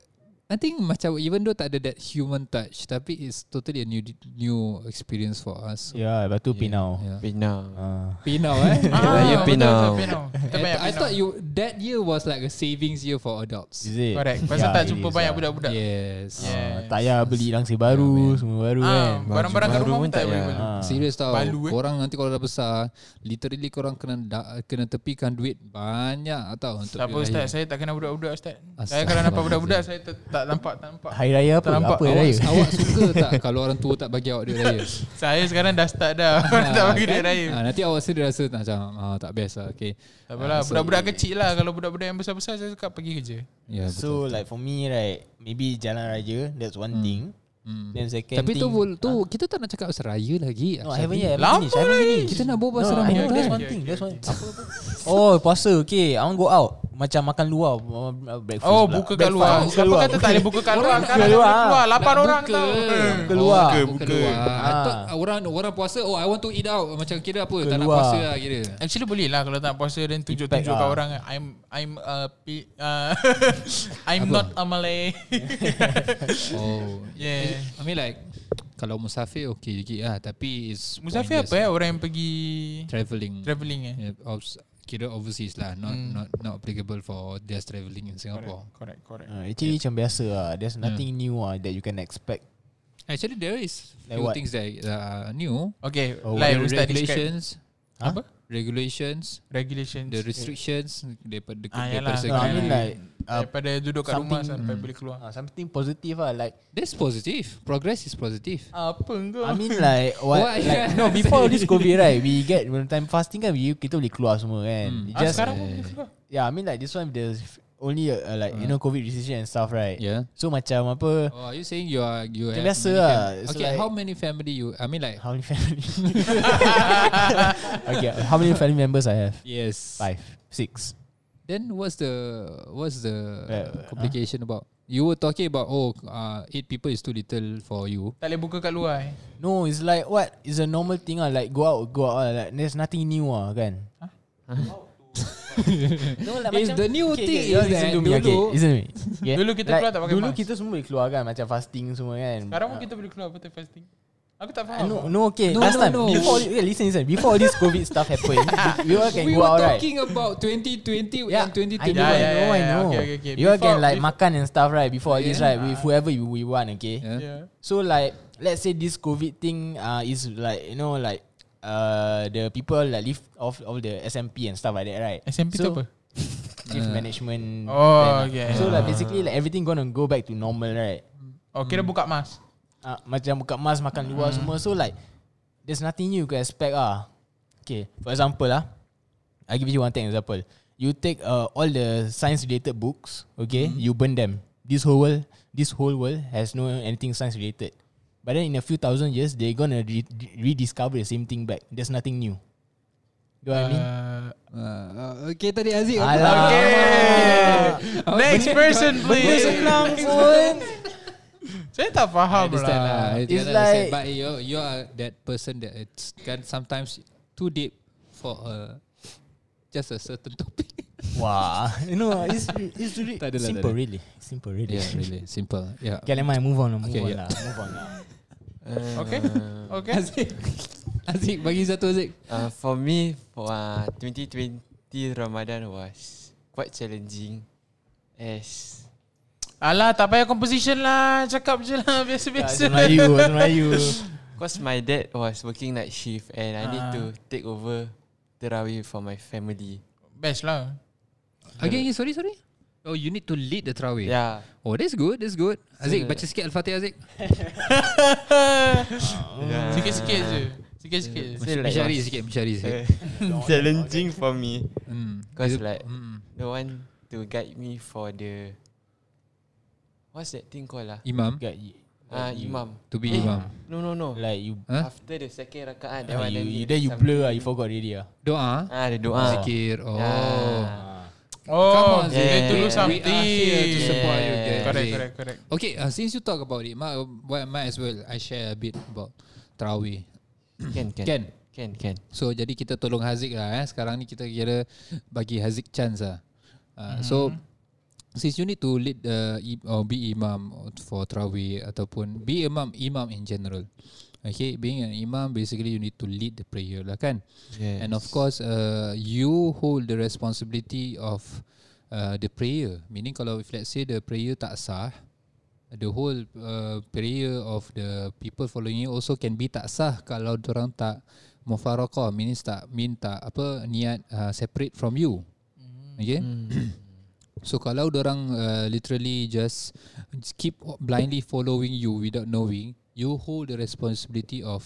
[SPEAKER 4] I think macam even though tak ada that human touch, tapi it's totally a new new experience for us.
[SPEAKER 3] yeah, ya, lepas tu Pinau.
[SPEAKER 4] Yeah.
[SPEAKER 5] Pinang.
[SPEAKER 3] Ah.
[SPEAKER 4] Pinau eh?
[SPEAKER 5] Raya
[SPEAKER 2] betul,
[SPEAKER 5] Pinang.
[SPEAKER 2] betul, Pinang. Kita
[SPEAKER 4] And
[SPEAKER 2] banyak
[SPEAKER 4] I
[SPEAKER 3] Eh,
[SPEAKER 2] Pinang.
[SPEAKER 4] thought you that year was like a savings year for adults.
[SPEAKER 3] Is it?
[SPEAKER 2] Correct. Pasal tak
[SPEAKER 3] it
[SPEAKER 2] jumpa
[SPEAKER 3] is
[SPEAKER 2] banyak
[SPEAKER 3] lah.
[SPEAKER 2] budak-budak.
[SPEAKER 4] Ya, Yes.
[SPEAKER 2] Yeah.
[SPEAKER 3] Ah, tak payah beli langsir baru,
[SPEAKER 4] Yeah, man.
[SPEAKER 3] semua baru kan.
[SPEAKER 2] Ah, barang-barang kat
[SPEAKER 5] baru
[SPEAKER 2] rumah
[SPEAKER 5] pun
[SPEAKER 2] pun tak
[SPEAKER 5] tak
[SPEAKER 2] boleh
[SPEAKER 5] payah.
[SPEAKER 2] beli.
[SPEAKER 3] Ah.
[SPEAKER 4] Serius tau
[SPEAKER 2] Balu, eh.
[SPEAKER 4] Korang nanti kalau dah besar Literally korang kena da, Kena tepikan duit Banyak tau Untuk
[SPEAKER 2] Tak apa
[SPEAKER 4] duit
[SPEAKER 2] Ustaz,
[SPEAKER 4] raya.
[SPEAKER 2] saya tak kenal budak-budak Ustaz. Saya
[SPEAKER 4] Astaghfirullah.
[SPEAKER 2] kalau nampak budak-budak, saya ter- tak nampak, tak nampak.
[SPEAKER 3] Hari Raya apa?
[SPEAKER 2] Tak nampak.
[SPEAKER 3] Apa Hari
[SPEAKER 4] Awak,
[SPEAKER 3] Raya?
[SPEAKER 4] awak suka tak Kalau orang tua tak bagi awak duit raya
[SPEAKER 2] Saya sekarang dah start dah.
[SPEAKER 4] Ah,
[SPEAKER 2] tak bagi duit raya.
[SPEAKER 4] ha, Nanti awak sendiri rasa Macam ah, tak best lah okay.
[SPEAKER 2] Tak apalah, budak-budak kecil lah. Kalau budak-budak yang besar-besar, saya suka pergi kerja.
[SPEAKER 4] Ya, betul.
[SPEAKER 3] So like for me right, maybe Jalan Raja, that's one
[SPEAKER 2] Hmm.
[SPEAKER 3] thing. Then second
[SPEAKER 4] Tapi
[SPEAKER 3] thing,
[SPEAKER 4] tu, bol- tu Kita tak nak cakap pasal raya lagi
[SPEAKER 3] No,
[SPEAKER 4] Ashabi.
[SPEAKER 3] I haven't yet. I haven't
[SPEAKER 2] Lama
[SPEAKER 3] finished. I haven't finished.
[SPEAKER 4] Kita nak berbual
[SPEAKER 3] No,
[SPEAKER 4] pasal
[SPEAKER 3] I know,
[SPEAKER 4] Ramadan
[SPEAKER 3] that's one thing. That's one. Apa, apa? Oh, puasa. Okay, I want go out. Macam makan luar. uh,
[SPEAKER 4] lah.
[SPEAKER 3] Breakfast.
[SPEAKER 2] Oh,
[SPEAKER 3] pula.
[SPEAKER 2] buka kat luar.
[SPEAKER 3] Breakfast,
[SPEAKER 2] Siapa kata tak boleh buka kat luar? Sekarang dah boleh keluar. Lapan
[SPEAKER 4] Nak
[SPEAKER 2] orang Hmm.
[SPEAKER 4] buka.
[SPEAKER 2] tau.
[SPEAKER 3] Buka luar.
[SPEAKER 4] Oh,
[SPEAKER 5] Buka,
[SPEAKER 4] buka. luar.
[SPEAKER 3] buka.
[SPEAKER 4] I thought orang orang puasa, oh I want to eat out. Macam kira apa? Tak nak
[SPEAKER 3] Keluar.
[SPEAKER 4] puasa lah kira.
[SPEAKER 2] Actually boleh lah kalau tak puasa dan tunjuk-tunjuk
[SPEAKER 3] Impact
[SPEAKER 2] kat
[SPEAKER 3] lah.
[SPEAKER 2] orang I'm I'm uh, P, uh, I'm not a Malay.
[SPEAKER 4] Oh.
[SPEAKER 2] yeah.
[SPEAKER 4] I mean like kalau musafir okay lagi lah tapi it's
[SPEAKER 2] Musafir apa
[SPEAKER 4] pointless.
[SPEAKER 2] ya orang yang pergi
[SPEAKER 4] Travelling.
[SPEAKER 2] travelling eh?
[SPEAKER 4] Yeah, obs- kira overseas lah not
[SPEAKER 2] Hmm.
[SPEAKER 4] not not applicable for just travelling in Singapore.
[SPEAKER 2] Correct, correct.
[SPEAKER 3] Uh, actually macam biasa lah. There's nothing new ah that you can expect.
[SPEAKER 4] Actually there is
[SPEAKER 3] Like
[SPEAKER 4] few
[SPEAKER 3] what?
[SPEAKER 4] things that uh, are new.
[SPEAKER 2] Okay,
[SPEAKER 3] Oh,
[SPEAKER 2] like
[SPEAKER 4] The
[SPEAKER 2] Ustaz describe
[SPEAKER 4] regulations,
[SPEAKER 3] Huh?
[SPEAKER 2] Apa?
[SPEAKER 4] regulations,
[SPEAKER 2] Regulations
[SPEAKER 4] the restrictions daripada
[SPEAKER 2] Ah,
[SPEAKER 4] daripada
[SPEAKER 2] yalah.
[SPEAKER 3] No, I
[SPEAKER 4] segala.
[SPEAKER 3] mean like uh,
[SPEAKER 2] Daripada duduk kat rumah
[SPEAKER 3] something-
[SPEAKER 2] sampai boleh keluar
[SPEAKER 3] uh, something positive lah. Like
[SPEAKER 4] That's positive. Progress is positive.
[SPEAKER 2] Apa kau?
[SPEAKER 3] I mean like what,
[SPEAKER 4] Why?
[SPEAKER 3] like, no before this COVID right, we get when time fasting kan, we kita boleh keluar semua kan.
[SPEAKER 4] Hmm.
[SPEAKER 3] You
[SPEAKER 2] ah,
[SPEAKER 3] Just
[SPEAKER 2] sekarang pun boleh keluar
[SPEAKER 3] yeah, I mean like this one there's only uh, uh, like you know COVID restriction and stuff right.
[SPEAKER 4] Yeah.
[SPEAKER 3] So macam apa?
[SPEAKER 4] Oh, are you saying you are you have
[SPEAKER 3] Macam biasa
[SPEAKER 4] many
[SPEAKER 3] lah.
[SPEAKER 4] fam-
[SPEAKER 3] It's
[SPEAKER 4] okay,
[SPEAKER 3] like-
[SPEAKER 4] how many family you? I mean like
[SPEAKER 3] How many family? okay, how many family members I have?
[SPEAKER 4] yes.
[SPEAKER 3] Five, six.
[SPEAKER 4] Then what's the what's the
[SPEAKER 3] Uh,
[SPEAKER 4] complication about? You were talking about oh uh, eight people is too little for you.
[SPEAKER 2] Tak boleh buka kat luar eh
[SPEAKER 3] No, it's like what? It's a normal thing ah. Like go out, go out. ah, Like there's nothing new ah, kan? no, like
[SPEAKER 4] It's the new thing is
[SPEAKER 3] listen
[SPEAKER 4] that
[SPEAKER 3] to me, okay,
[SPEAKER 4] dulu-
[SPEAKER 3] listen to me. Okay,
[SPEAKER 2] Dulu kita keluar tak pakai
[SPEAKER 3] Dulu
[SPEAKER 2] mask.
[SPEAKER 3] kita semua boleh keluar kan, macam fasting semua kan.
[SPEAKER 2] Sekarang pun kita boleh keluar Apa time fasting Aku tak
[SPEAKER 3] Ah,
[SPEAKER 2] faham
[SPEAKER 3] no, no, okay.
[SPEAKER 4] No,
[SPEAKER 3] Last
[SPEAKER 4] no,
[SPEAKER 3] time,
[SPEAKER 4] no.
[SPEAKER 3] before okay, listen, listen. Before this COVID stuff happened, we all can
[SPEAKER 4] we
[SPEAKER 3] go
[SPEAKER 4] were
[SPEAKER 3] out, right?
[SPEAKER 4] talking about 2020
[SPEAKER 3] Yeah,
[SPEAKER 4] and 2021.
[SPEAKER 3] I know,
[SPEAKER 2] Yeah, yeah,
[SPEAKER 3] I know, I
[SPEAKER 2] yeah,
[SPEAKER 3] know.
[SPEAKER 2] okay, okay, okay.
[SPEAKER 3] You all can
[SPEAKER 2] Before-
[SPEAKER 3] like
[SPEAKER 2] before-
[SPEAKER 3] makan and stuff, right? Before all this,
[SPEAKER 4] Yeah.
[SPEAKER 3] right? With whoever you, we want, okay?
[SPEAKER 4] Yeah.
[SPEAKER 2] Yeah
[SPEAKER 3] So like let's say this COVID thing uh, is like you know like uh, the people like live off of the SMP and stuff like that, right?
[SPEAKER 2] SMP tu
[SPEAKER 3] So,
[SPEAKER 2] apa?
[SPEAKER 4] Uh.
[SPEAKER 3] Live management.
[SPEAKER 2] Oh,
[SPEAKER 3] plan.
[SPEAKER 2] okay.
[SPEAKER 3] So like basically like everything gonna go back to normal, right?
[SPEAKER 2] Oh kira buka mask
[SPEAKER 3] Uh, macam buka mas makan luar semua. So like there's nothing new you can expect ah. Okay, for example lah, I give you one thing example. You take uh, all the science related books, okay? You burn them. This whole world, this whole world has no anything science related. But then in a few thousand years, they're gonna re- re- rediscover the same thing back. There's nothing new. Do you know what I mean?
[SPEAKER 2] Uh,
[SPEAKER 4] Uh, okay tadi Aziz.
[SPEAKER 3] Alah.
[SPEAKER 2] Okay Next person
[SPEAKER 3] Benda
[SPEAKER 2] please
[SPEAKER 3] senang pun.
[SPEAKER 2] Saya tak
[SPEAKER 4] I
[SPEAKER 2] faham
[SPEAKER 4] understand lah.
[SPEAKER 2] lah
[SPEAKER 4] I understand,
[SPEAKER 3] It's
[SPEAKER 4] I understand.
[SPEAKER 3] like-
[SPEAKER 4] but you you are that person that it's can sometimes too deep for a just a certain topic.
[SPEAKER 3] Wah, you know, it's it's really
[SPEAKER 4] Tak adalah, tak
[SPEAKER 3] simple
[SPEAKER 4] ada.
[SPEAKER 3] really, simple really.
[SPEAKER 4] yeah, really simple. Yeah.
[SPEAKER 3] Okay, never mind. Move on, lah, move
[SPEAKER 4] Okay,
[SPEAKER 3] on
[SPEAKER 4] yeah.
[SPEAKER 3] lah, move on lah.
[SPEAKER 2] Okay Okay
[SPEAKER 4] Aziz. Aziz bagi satu Aziz.
[SPEAKER 5] Uh, for me, for uh, 2020 Ramadan was quite challenging. As
[SPEAKER 2] Alah tak payah composition lah Cakap je lah Biasa-biasa
[SPEAKER 3] Bahasa Melayu, bahasa Melayu.
[SPEAKER 5] Because my dad was working night shift and I need
[SPEAKER 2] Ah.
[SPEAKER 5] to take over Tarawih for my family.
[SPEAKER 2] Best lah
[SPEAKER 4] Again, sorry, sorry. Oh, you need to lead the Trawi.
[SPEAKER 5] Yeah.
[SPEAKER 4] Oh, that's good, that's good. Aziz,
[SPEAKER 5] So-
[SPEAKER 4] baca sikit Al-Fatihah Aziz.
[SPEAKER 3] Mm.
[SPEAKER 5] yeah.
[SPEAKER 2] Sikit-sikit je Sikit-sikit je
[SPEAKER 5] So, like,
[SPEAKER 4] Mencari
[SPEAKER 5] was
[SPEAKER 4] sikit, mencari sikit.
[SPEAKER 5] challenging for me.
[SPEAKER 4] Hmm.
[SPEAKER 5] Because
[SPEAKER 4] Dia-
[SPEAKER 5] like
[SPEAKER 4] hmm.
[SPEAKER 5] the one to guide me for the what's that thing called lah?
[SPEAKER 4] Imam.
[SPEAKER 3] Kat-
[SPEAKER 5] Ah, imam.
[SPEAKER 4] To be imam.
[SPEAKER 5] No, no, no.
[SPEAKER 3] Like you,
[SPEAKER 4] Huh?
[SPEAKER 5] After the second rakaat, that
[SPEAKER 3] uh,
[SPEAKER 5] one
[SPEAKER 3] you,
[SPEAKER 5] then
[SPEAKER 3] you then
[SPEAKER 5] you-
[SPEAKER 3] you blur ah, you forgot already ah.
[SPEAKER 4] Doa,
[SPEAKER 5] Ah, the doa.
[SPEAKER 4] zikir. Oh.
[SPEAKER 5] Ah.
[SPEAKER 2] Oh,
[SPEAKER 4] on,
[SPEAKER 2] they yeah, to
[SPEAKER 5] Zee.
[SPEAKER 2] do
[SPEAKER 5] Yeah.
[SPEAKER 4] We
[SPEAKER 2] something.
[SPEAKER 4] are here to support you guys.
[SPEAKER 2] Correct, correct, correct.
[SPEAKER 4] Okay, uh, since you talk about it, might, well, might as well I share a bit about Tarawih.
[SPEAKER 5] Can, can.
[SPEAKER 4] Can.
[SPEAKER 5] Can, can.
[SPEAKER 4] So jadi kita tolong Haziq lah eh. Sekarang ni kita kira bagi Haziq chance lah. Uh,
[SPEAKER 2] Mhm.
[SPEAKER 4] So since you need to lead the i- or be imam for Tarawih ataupun be imam imam in general. Okay, being an imam basically you need to lead the prayer lah kan.
[SPEAKER 5] Yes.
[SPEAKER 4] And of course uh, you hold the responsibility of uh, the prayer. Meaning kalau if let's say the prayer tak sah, the whole uh, prayer of the people following you also can be tak sah kalau orang tak mufarakah meaning tak minta apa niat uh, separate from you. Okay? So kalau orang uh, literally just keep blindly following you without knowing, you hold the responsibility of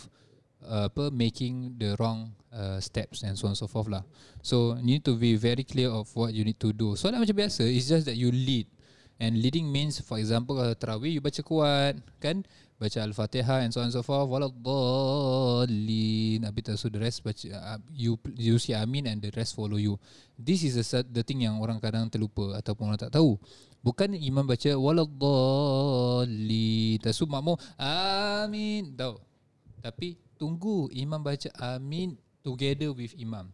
[SPEAKER 4] uh, apa making the wrong uh, steps and so on and so forth lah. So you need to be very clear of what you need to do. So like macam biasa, it's just that you lead. And leading means for example kalau tarawih you baca kuat kan baca al-fatihah and so on and so forth waladhdallin habis lepas tu the rest baca uh, you you say amin and the rest follow you this is the, sat- the thing yang orang kadang terlupa ataupun orang tak tahu bukan imam baca waladhdallin lepas tu makmum amin tau tapi tunggu imam baca amin together with imam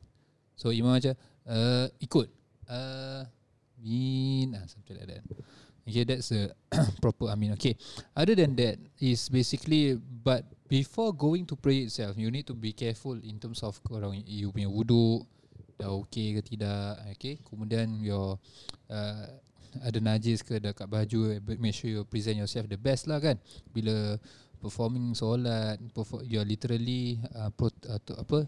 [SPEAKER 4] So imam macam uh, ikut uh, Amin ah, Something like that Okay that's the proper Amin Okay Other than that Is basically But before going to pray itself You need to be careful In terms of korang You punya wuduk Dah okay ke tidak Okay Kemudian your uh, Ada najis ke Dekat baju Make sure you present yourself The best lah kan Bila Performing solat perfor- You are literally uh, pro- uh, tu- Apa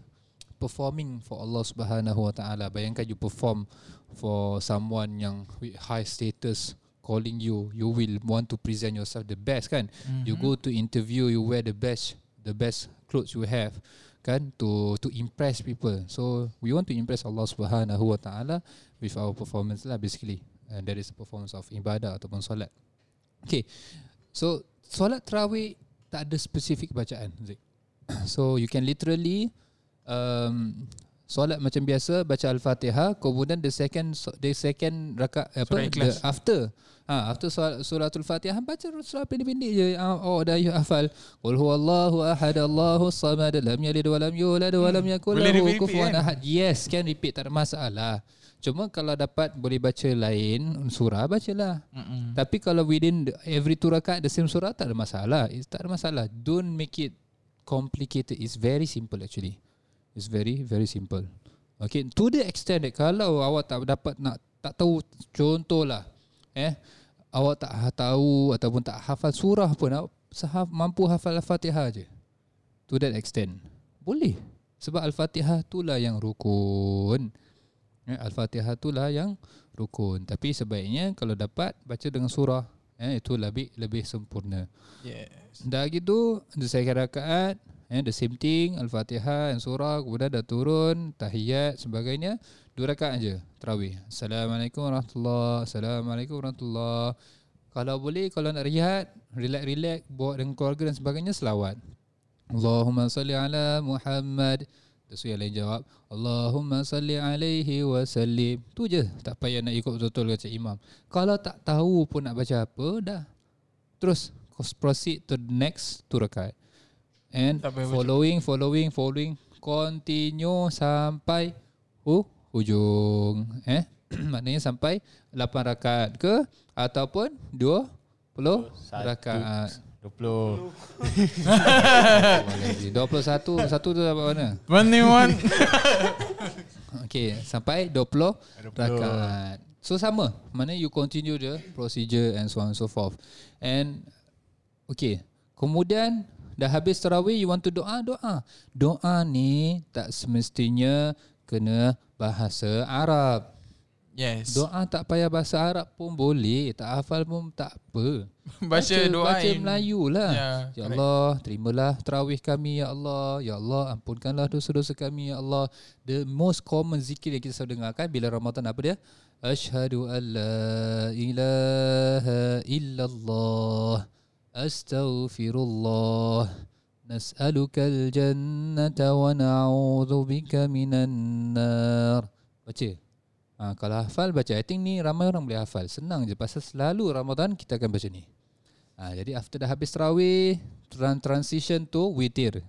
[SPEAKER 4] performing for Allah Subhanahu Wa Taala. Bayangkan you perform for someone yang with high status calling you, you will want to present yourself the best kan. Mm-hmm. You go to interview, you wear the best the best clothes you have kan to to impress people. So we want to impress Allah Subhanahu Wa Taala with our performance lah basically. And that is the performance of ibadah ataupun solat. Okay. So solat tarawih tak ada specific bacaan Zik. So you can literally um, solat macam biasa baca al-Fatihah kemudian the second the second rakaat
[SPEAKER 2] Surah
[SPEAKER 4] apa the
[SPEAKER 2] Ikhlas.
[SPEAKER 4] after ha, after solat, suratul Fatihah baca surah pendek-pendek je Ah, oh dah you hafal qul huwallahu ahad allahu samad lam yalid wa lam yulad wa lam yakul
[SPEAKER 2] Hmm. Boleh
[SPEAKER 4] lahu
[SPEAKER 2] repeat-repeat
[SPEAKER 4] kufuwan
[SPEAKER 2] kan?
[SPEAKER 4] ahad yes can repeat tak ada masalah cuma kalau dapat boleh baca lain surah bacalah Mm. Tapi kalau within the, every two rakaat the same surah tak ada masalah. It's tak ada masalah. Don't make it complicated. It's very simple actually. It's very very simple. Okay, to the extent that kalau awak tak dapat nak tak tahu contohlah eh awak tak ha- tahu ataupun tak hafal surah pun awak sehaf, mampu hafal Al-Fatihah je. To that extent. Boleh. Sebab Al-Fatihah itulah yang rukun. Eh, Al-Fatihah itulah yang rukun. Tapi sebaiknya kalau dapat baca dengan surah. Eh, itu lebih lebih sempurna.
[SPEAKER 2] Yes.
[SPEAKER 4] Dah gitu, the second rakaat, eh, the same thing, Al-Fatihah dan surah, kemudian dah turun, tahiyat, sebagainya. Dua rakaat je, terawih. Assalamualaikum warahmatullahi Assalamualaikum warahmatullahi Kalau boleh, kalau nak rehat, relax-relax, buat dengan keluarga dan sebagainya, selawat. Allahumma salli ala Muhammad. Lepas tu yang lain jawab, Allahumma salli alaihi wa sallim. Tu je, tak payah nak ikut betul-betul kata imam. Kalau tak tahu pun nak baca apa, dah Terus cos- proceed to the next two rakaat. And
[SPEAKER 2] Tak payah
[SPEAKER 4] following, following, following. Continue sampai hu, hujung. Eh? Maknanya sampai 8 rakaat ke ataupun 20 rakaat.
[SPEAKER 3] 20
[SPEAKER 4] 21 satu tu dapat mana?
[SPEAKER 2] Money one.
[SPEAKER 4] Okay Sampai 20 rakaat So sama Mana you continue the procedure And so on and so forth And Okay Kemudian Dah habis tarawih You want to doa Doa Doa ni Tak semestinya Kena Bahasa Arab
[SPEAKER 2] Yes.
[SPEAKER 4] Doa tak payah bahasa Arab pun boleh Tak hafal pun tak apa
[SPEAKER 2] Baca doa
[SPEAKER 4] Baca
[SPEAKER 2] in-
[SPEAKER 4] Melayu lah
[SPEAKER 2] Ya,
[SPEAKER 4] Ya
[SPEAKER 2] correct.
[SPEAKER 4] Allah Terimalah terawih kami Ya Allah Ya Allah Ampunkanlah dosa-dosa kami Ya Allah The most common zikir yang kita selalu dengarkan Bila Ramadan apa dia Ashadu an la ilaha illallah أستغفرullah نسألك الجنة ونعوذ بك من النار Baca ha, Kalau hafal baca I think ni ramai orang boleh hafal Senang je Pasal selalu Ramadan kita akan baca ni ha, Jadi after dah habis terawih tran- Transition tu witir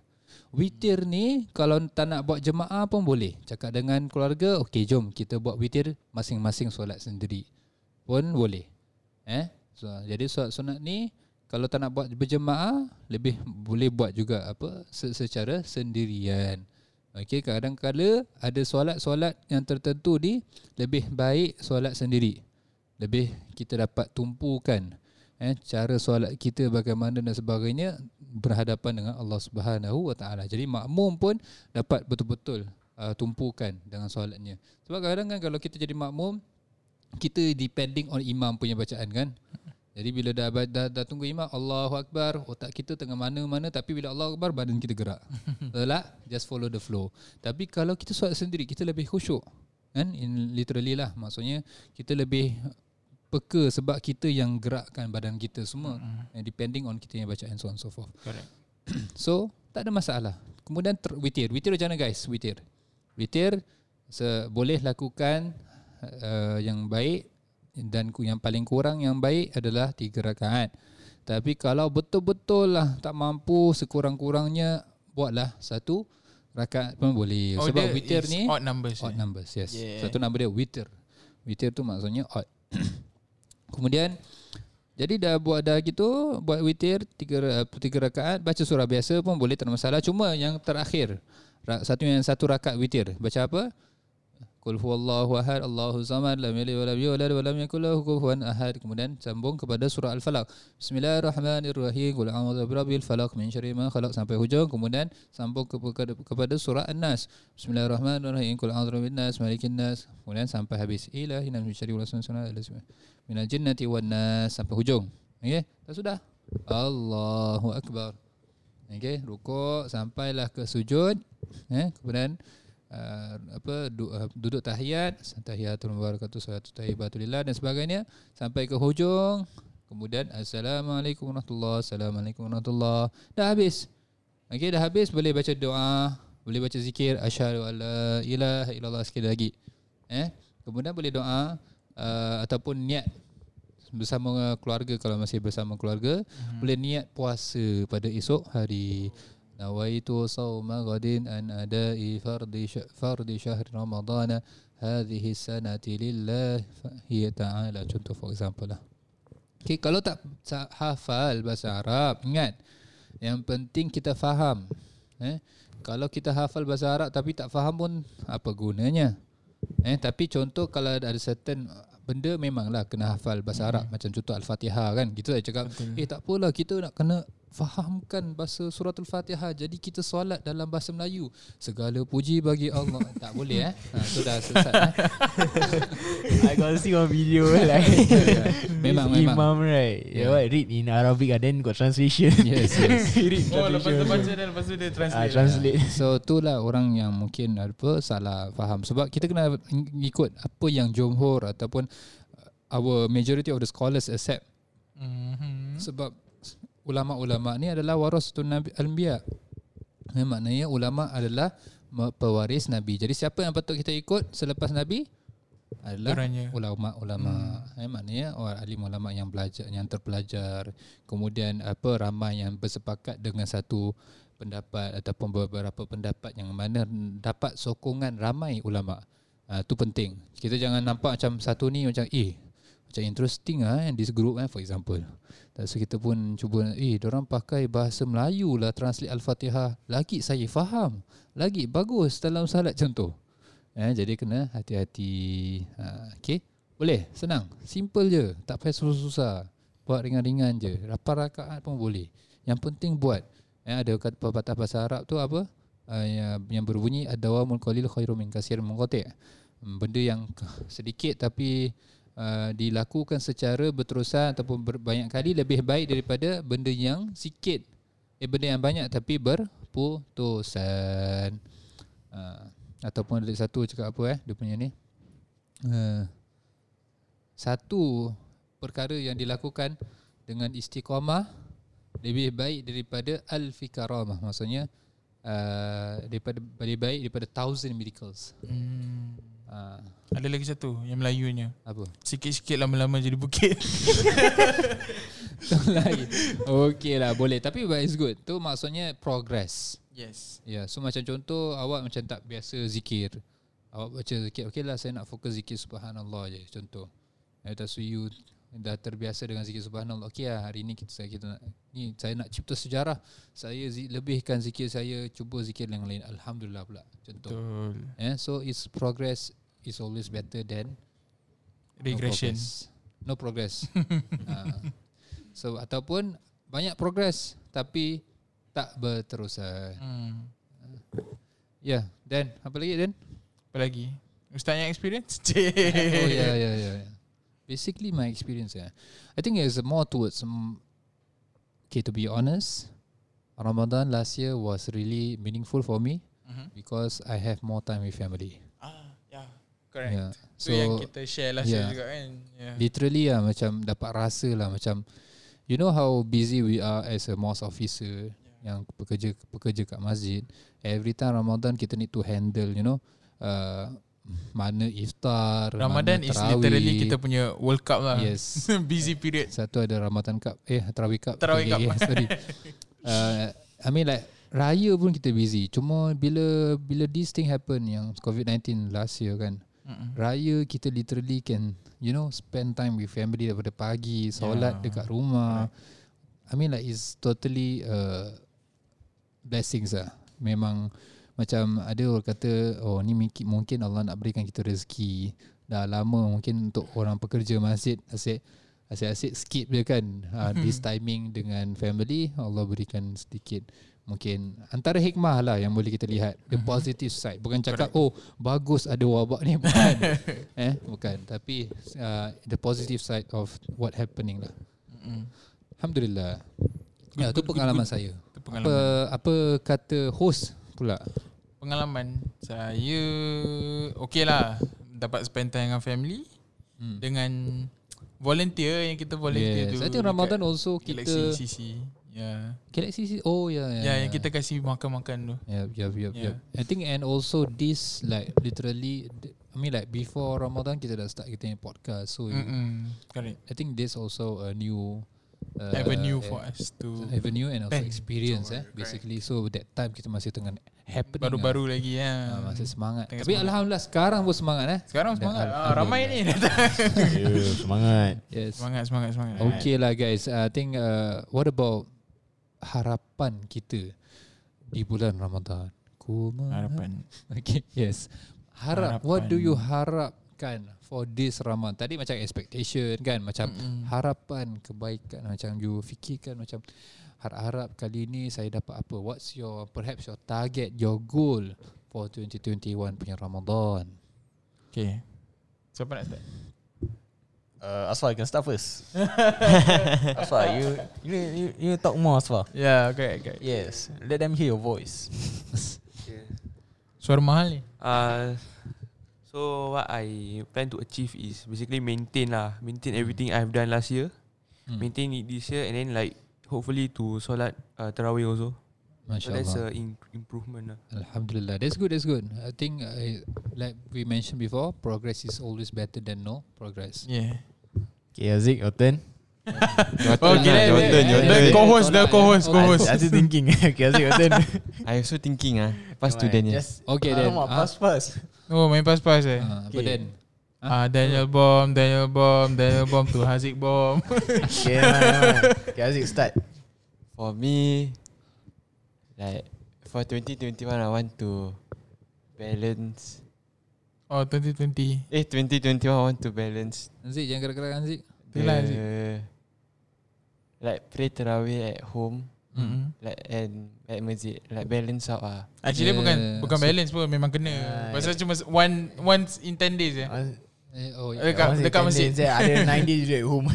[SPEAKER 4] Witir ni Kalau tak nak buat jemaah pun boleh Cakap dengan keluarga Okay jom kita buat witir Masing-masing solat sendiri Pun boleh Eh, so, jadi solat sunat ni kalau tak nak buat berjemaah lebih boleh buat juga apa se- secara sendirian. Okey, kadang-kala ada solat-solat yang tertentu ni lebih baik solat sendiri. Lebih kita dapat tumpukan eh cara solat kita bagaimana dan sebagainya berhadapan dengan Allah Subhanahu Wa Taala. Jadi makmum pun dapat betul-betul uh, tumpukan dengan solatnya. Sebab kadang-kadang kan kalau kita jadi makmum kita depending on imam punya bacaan kan. Jadi bila dah dah, dah, dah tunggu imam Allahu akbar otak kita tengah mana-mana tapi bila Allahu akbar badan kita gerak. Betul tak? Just follow the flow. Tapi kalau kita solat sendiri kita lebih khusyuk. Kan? In literally lah maksudnya kita lebih peka sebab kita yang gerakkan badan kita semua mm-hmm. depending on kita yang bacaan so on and so forth.
[SPEAKER 2] Correct.
[SPEAKER 4] So tak ada masalah. Kemudian ter- witir. Witir macam mana guys? Witir. Witir se- boleh lakukan uh, yang baik dan ku- yang paling kurang yang baik adalah tiga rakaat. Tapi kalau betul-betul lah tak mampu sekurang-kurangnya buatlah satu rakaat pun boleh.
[SPEAKER 2] Oh,
[SPEAKER 4] Sebab
[SPEAKER 2] dia
[SPEAKER 4] witir
[SPEAKER 2] is
[SPEAKER 4] ni
[SPEAKER 2] odd numbers. eh?
[SPEAKER 4] Odd
[SPEAKER 2] Odd
[SPEAKER 4] numbers, yes. Yeah.
[SPEAKER 5] Yeah.
[SPEAKER 4] Satu nama dia witir. Witir tu maksudnya odd. Kemudian jadi dah buat dah gitu, buat witir tiga ra- tiga rakaat, baca surah biasa pun boleh tak ada masalah. Cuma yang terakhir ra- satu yang satu rakaat witir. Baca apa? Qul huwallahu ahad, Allahu samad, lam yalid walam yulad walam yakul lahu kufuwan ahad. Kemudian sambung kepada surah Al-Falaq. Bismillahirrahmanirrahim. Qul a'udzu birabbil falaq min syarri ma khalaq sampai hujung. Kemudian sambung ke- kepada, kepada surah An-Nas. Bismillahirrahmanirrahim. Qul a'udzu birabbin nas, malikin nas. Kemudian sampai habis. Ilahi nas min syarri wa minal jinnati wan nas sampai hujung. Okey, dah sudah. Allahu akbar. Okey, rukuk sampailah ke sujud. Eh, kemudian uh, apa du, uh, duduk tahiyat, tahiyatul mubarakatuh salatu tayyibatul lillah dan sebagainya sampai ke hujung. Kemudian assalamualaikum warahmatullahi assalamualaikum warahmatullahi. Dah habis. Okey, dah habis boleh baca doa, boleh baca zikir asyhadu alla ilaha illallah sekali lagi. Eh, kemudian boleh doa uh, ataupun niat bersama keluarga kalau masih bersama keluarga hmm. boleh niat puasa pada esok hari nawaitu sawma ghadin an adai fardi sya- fardi syahr ramadana hadhihi sanati lillahi ta'ala contoh for example lah okay, kalau tak tak hafal bahasa Arab ingat yang penting kita faham eh kalau kita hafal bahasa Arab tapi tak faham pun apa gunanya Eh tapi contoh kalau ada ada certain benda memanglah kena hafal bahasa Arab macam contoh Al-Fatihah kan. Gitu saya cakap, Betul. eh tak apalah kita nak kena fahamkan bahasa surah Al-Fatihah. Jadi kita solat dalam bahasa Melayu. Segala puji bagi Allah. tak boleh eh. Ha tu dah sesat eh.
[SPEAKER 3] I got see one video like
[SPEAKER 4] Memang
[SPEAKER 3] this
[SPEAKER 4] memang.
[SPEAKER 3] Imam right yeah. what, Read in Arabic and then got translation
[SPEAKER 4] Yes yes.
[SPEAKER 2] Oh, lepas tu baca dan lepas tu dia
[SPEAKER 3] Ah,
[SPEAKER 2] translate.
[SPEAKER 3] Translate
[SPEAKER 4] So itulah orang yang mungkin apa salah faham sebab kita kena ikut apa yang jumhur ataupun uh, our majority of the scholars accept
[SPEAKER 2] Mhm.
[SPEAKER 4] Sebab ulama-ulama ni adalah warasatul nabi anbiya. Ya, maknanya ulama adalah me- pewaris nabi. Jadi siapa yang patut kita ikut selepas nabi? Adalah
[SPEAKER 2] Orangnya.
[SPEAKER 4] ulama-ulama. Hmm. Ya, maknanya orang alim ulama yang belajar yang terpelajar. Kemudian apa ramai yang bersepakat dengan satu pendapat ataupun beberapa pendapat yang mana dapat sokongan ramai ulama. Ah tu penting. Kita jangan nampak macam satu ni macam eh macam interesting ah eh, this group eh for example. Tak so kita pun cuba eh orang pakai bahasa Melayu lah translate al-Fatihah. Lagi saya faham. Lagi bagus dalam salat contoh. Eh jadi kena hati-hati. Ha okey. Boleh, senang. Simple je. Tak payah susah-susah. Buat ringan-ringan je. Rapar rakaat pun boleh. Yang penting buat. Eh, ada kata pepatah bahasa Arab tu apa? Uh, yang, yang berbunyi ad-dawamul qalil khairum min katsir munqati'. Hmm, Benda yang sedikit tapi uh, dilakukan secara berterusan ataupun berbanyak kali lebih baik daripada benda yang sikit. Eh benda yang banyak tapi berputusan. Uh, ataupun ada satu cakap apa eh dia punya ni. Uh, satu perkara yang dilakukan dengan istiqamah lebih baik daripada al-fikaramah maksudnya uh, daripada lebih baik daripada thousand miracles. Uh,
[SPEAKER 2] Ada lagi satu yang Melayunya.
[SPEAKER 4] apa?
[SPEAKER 2] Sikit-sikit lama-lama jadi bukit.
[SPEAKER 4] Lain. Okey lah boleh tapi but it's good. Tu maksudnya progress.
[SPEAKER 2] yes.
[SPEAKER 4] Ya, yeah, so macam contoh awak macam tak biasa zikir. Awak baca zikir, okey lah saya nak fokus zikir subhanallah je contoh. Ada so you dah terbiasa dengan zikir subhanallah. Okey lah hari ni kita saya kita nak, ni saya nak cipta sejarah. Saya zi, lebihkan zikir saya, cuba zikir yang lain. Alhamdulillah pula contoh.
[SPEAKER 2] Betul.
[SPEAKER 4] Eh, so it's progress is always better than
[SPEAKER 2] Regression.
[SPEAKER 4] No progress. No progress. Ah. So ataupun banyak progress tapi tak berterusan.
[SPEAKER 2] Hmm.
[SPEAKER 4] Ya, yeah. Dan apa lagi Dan?
[SPEAKER 2] Apa lagi? Ustaz yang experience?
[SPEAKER 4] Oh
[SPEAKER 2] oh
[SPEAKER 4] yeah, yeah, yeah. yeah. Basically my experience yeah. I think it's more towards um, okay to be honest, Ramadan last year was really meaningful for me
[SPEAKER 2] Mhm.
[SPEAKER 4] because I have more time with family.
[SPEAKER 2] Ah, yeah. Correct.
[SPEAKER 4] Yeah.
[SPEAKER 2] So, yang kita share last
[SPEAKER 4] yeah.
[SPEAKER 2] year juga kan. Yeah.
[SPEAKER 4] Literally lah macam dapat rasa lah macam you know how busy we are as a mosque officer yang pekerja pekerja kat masjid. Every time Ramadan kita need to handle you know uh, mana iftar,
[SPEAKER 2] Ramadan
[SPEAKER 4] mana
[SPEAKER 2] is
[SPEAKER 4] tarawih.
[SPEAKER 2] literally kita punya World Cup lah.
[SPEAKER 4] Yes.
[SPEAKER 2] Busy period.
[SPEAKER 4] Satu ada Ramadan Cup Eh Tarawih Cup
[SPEAKER 2] Tarawih
[SPEAKER 4] Okay,
[SPEAKER 2] Cup.
[SPEAKER 4] okay, Sorry uh, I mean like Raya pun kita busy Cuma bila Bila this thing happen Yang COVID-19 last year kan
[SPEAKER 2] Mm-mm.
[SPEAKER 4] Raya kita literally can You know Spend time with family Daripada pagi Solat yeah. dekat rumah I mean like It's totally uh, Blessings lah Memang Macam ada orang kata Oh ni mungkin, mungkin Allah nak berikan kita rezeki Dah lama mungkin Untuk orang pekerja masjid Asyik Asyik-asyik skip dia kan ha, This timing dengan family Allah berikan sedikit Mungkin Antara hikmah lah Yang boleh kita lihat The positive side Bukan cakap Oh bagus ada wabak ni Bukan eh, Bukan Tapi uh, The positive side of What happening lah Alhamdulillah Ya, itu pengalaman saya.
[SPEAKER 2] Itu
[SPEAKER 4] Apa
[SPEAKER 2] pengalaman.
[SPEAKER 4] apa kata host pula?
[SPEAKER 2] Pengalaman saya okay lah dapat spend time dengan family
[SPEAKER 4] Hmm.
[SPEAKER 2] dengan volunteer yang kita volunteer
[SPEAKER 4] Yes.
[SPEAKER 2] tu.
[SPEAKER 4] I think Ramadan also kita
[SPEAKER 2] Galaxy CC. Ya.
[SPEAKER 4] Galaxy C- oh
[SPEAKER 2] Yeah.
[SPEAKER 4] ya ya.
[SPEAKER 2] Ya yang kita Ya. kasih makan-makan tu.
[SPEAKER 4] Yep, yep, yep,
[SPEAKER 2] Yeah.
[SPEAKER 4] yeah. yep. ya. I think and also this like literally I mean like before Ramadan kita dah start kita punya podcast. So you,
[SPEAKER 2] Mm-mm. Correct.
[SPEAKER 4] I think this also a new uh,
[SPEAKER 2] Avenue
[SPEAKER 4] eh,
[SPEAKER 2] for us to
[SPEAKER 4] avenue and also
[SPEAKER 2] bend
[SPEAKER 4] experience eh
[SPEAKER 2] toward,
[SPEAKER 4] basically. So that time kita masih tengah happening.
[SPEAKER 2] baru-baru lagi ya.
[SPEAKER 4] ah. Ah, masih semangat.
[SPEAKER 2] Tengah
[SPEAKER 4] Tapi
[SPEAKER 2] semangat.
[SPEAKER 4] alhamdulillah sekarang pun semangat eh.
[SPEAKER 2] Sekarang semangat.
[SPEAKER 4] Dah-
[SPEAKER 2] Ah, ramai ni datang.
[SPEAKER 6] yeah, semangat.
[SPEAKER 4] Yes.
[SPEAKER 2] semangat semangat semangat.
[SPEAKER 4] Okay lah guys I think uh, What about Harapan kita Di bulan Ramadan Ku
[SPEAKER 2] Harapan.
[SPEAKER 4] Okay yes Harap
[SPEAKER 2] Harapan.
[SPEAKER 4] What do you harapkan For this Ramadan Tadi macam expectation kan Macam
[SPEAKER 2] Mm-mm.
[SPEAKER 4] harapan Kebaikan Macam you fikirkan Macam Harap-harap kali ni Saya dapat apa What's your Perhaps your target Your goal For 2021 punya Ramadan
[SPEAKER 2] Okay. Siapa nak start?
[SPEAKER 6] Uh, Aswa, you can start first. Aswa, you, you you you talk more, Aswa.
[SPEAKER 2] Ya, yeah, correct, correct.
[SPEAKER 6] Yes, let them hear your voice.
[SPEAKER 2] Suara mahal ni.
[SPEAKER 1] Uh, so what I plan to achieve is basically maintain lah, maintain everything I've done last year,
[SPEAKER 4] Hmm.
[SPEAKER 1] maintain it this year, and then like hopefully to solat uh, tarawih also. So
[SPEAKER 4] Masya
[SPEAKER 1] that's a
[SPEAKER 4] Allah
[SPEAKER 1] in- improvement lah.
[SPEAKER 4] Alhamdulillah. That's good. That's good. I think uh, like we mentioned before, progress is always better than no progress.
[SPEAKER 2] Yeah.
[SPEAKER 6] Okay, Azik, your turn.
[SPEAKER 2] Oh, kira
[SPEAKER 6] Jordan,
[SPEAKER 2] the,
[SPEAKER 6] Jordan.
[SPEAKER 2] the co-host, the co-host, co-host.
[SPEAKER 6] I still thinking. okay, Azik, your turn.
[SPEAKER 5] I also thinking ah, lepas tu Daniel.
[SPEAKER 4] Okay, then.
[SPEAKER 6] Alamak,
[SPEAKER 4] Ah.
[SPEAKER 6] pass, pass.
[SPEAKER 2] Oh, main pas-pas eh.
[SPEAKER 4] Uh, but
[SPEAKER 6] Okay.
[SPEAKER 4] then
[SPEAKER 2] Ah, Daniel Bomb, Daniel Bomb, Daniel Bomb tu Haziq Bomb.
[SPEAKER 6] Okay, man, man. okay, Azik, start.
[SPEAKER 5] For me, like for 2021, I want to balance.
[SPEAKER 2] Oh, 2020.
[SPEAKER 5] Eh, 2021, I want to balance
[SPEAKER 4] Anzik jangan gerak-gerak Anzik.
[SPEAKER 2] Itulah, Aziz.
[SPEAKER 5] the like pray tarawih at home,
[SPEAKER 2] Mm-hmm.
[SPEAKER 5] like and at masjid, like balance out ah.
[SPEAKER 2] Actually
[SPEAKER 4] Yeah.
[SPEAKER 2] bukan bukan
[SPEAKER 4] So-
[SPEAKER 2] balance pun memang kena.
[SPEAKER 6] Ah,
[SPEAKER 4] ya.
[SPEAKER 2] Pasal cuma one once in 10 days eh.
[SPEAKER 6] Once-
[SPEAKER 4] Eh, oh, yeah.
[SPEAKER 2] Eh, Dekat-
[SPEAKER 6] once you
[SPEAKER 2] dekat
[SPEAKER 6] turn
[SPEAKER 2] masjid.
[SPEAKER 6] there, Ada 90 je at home.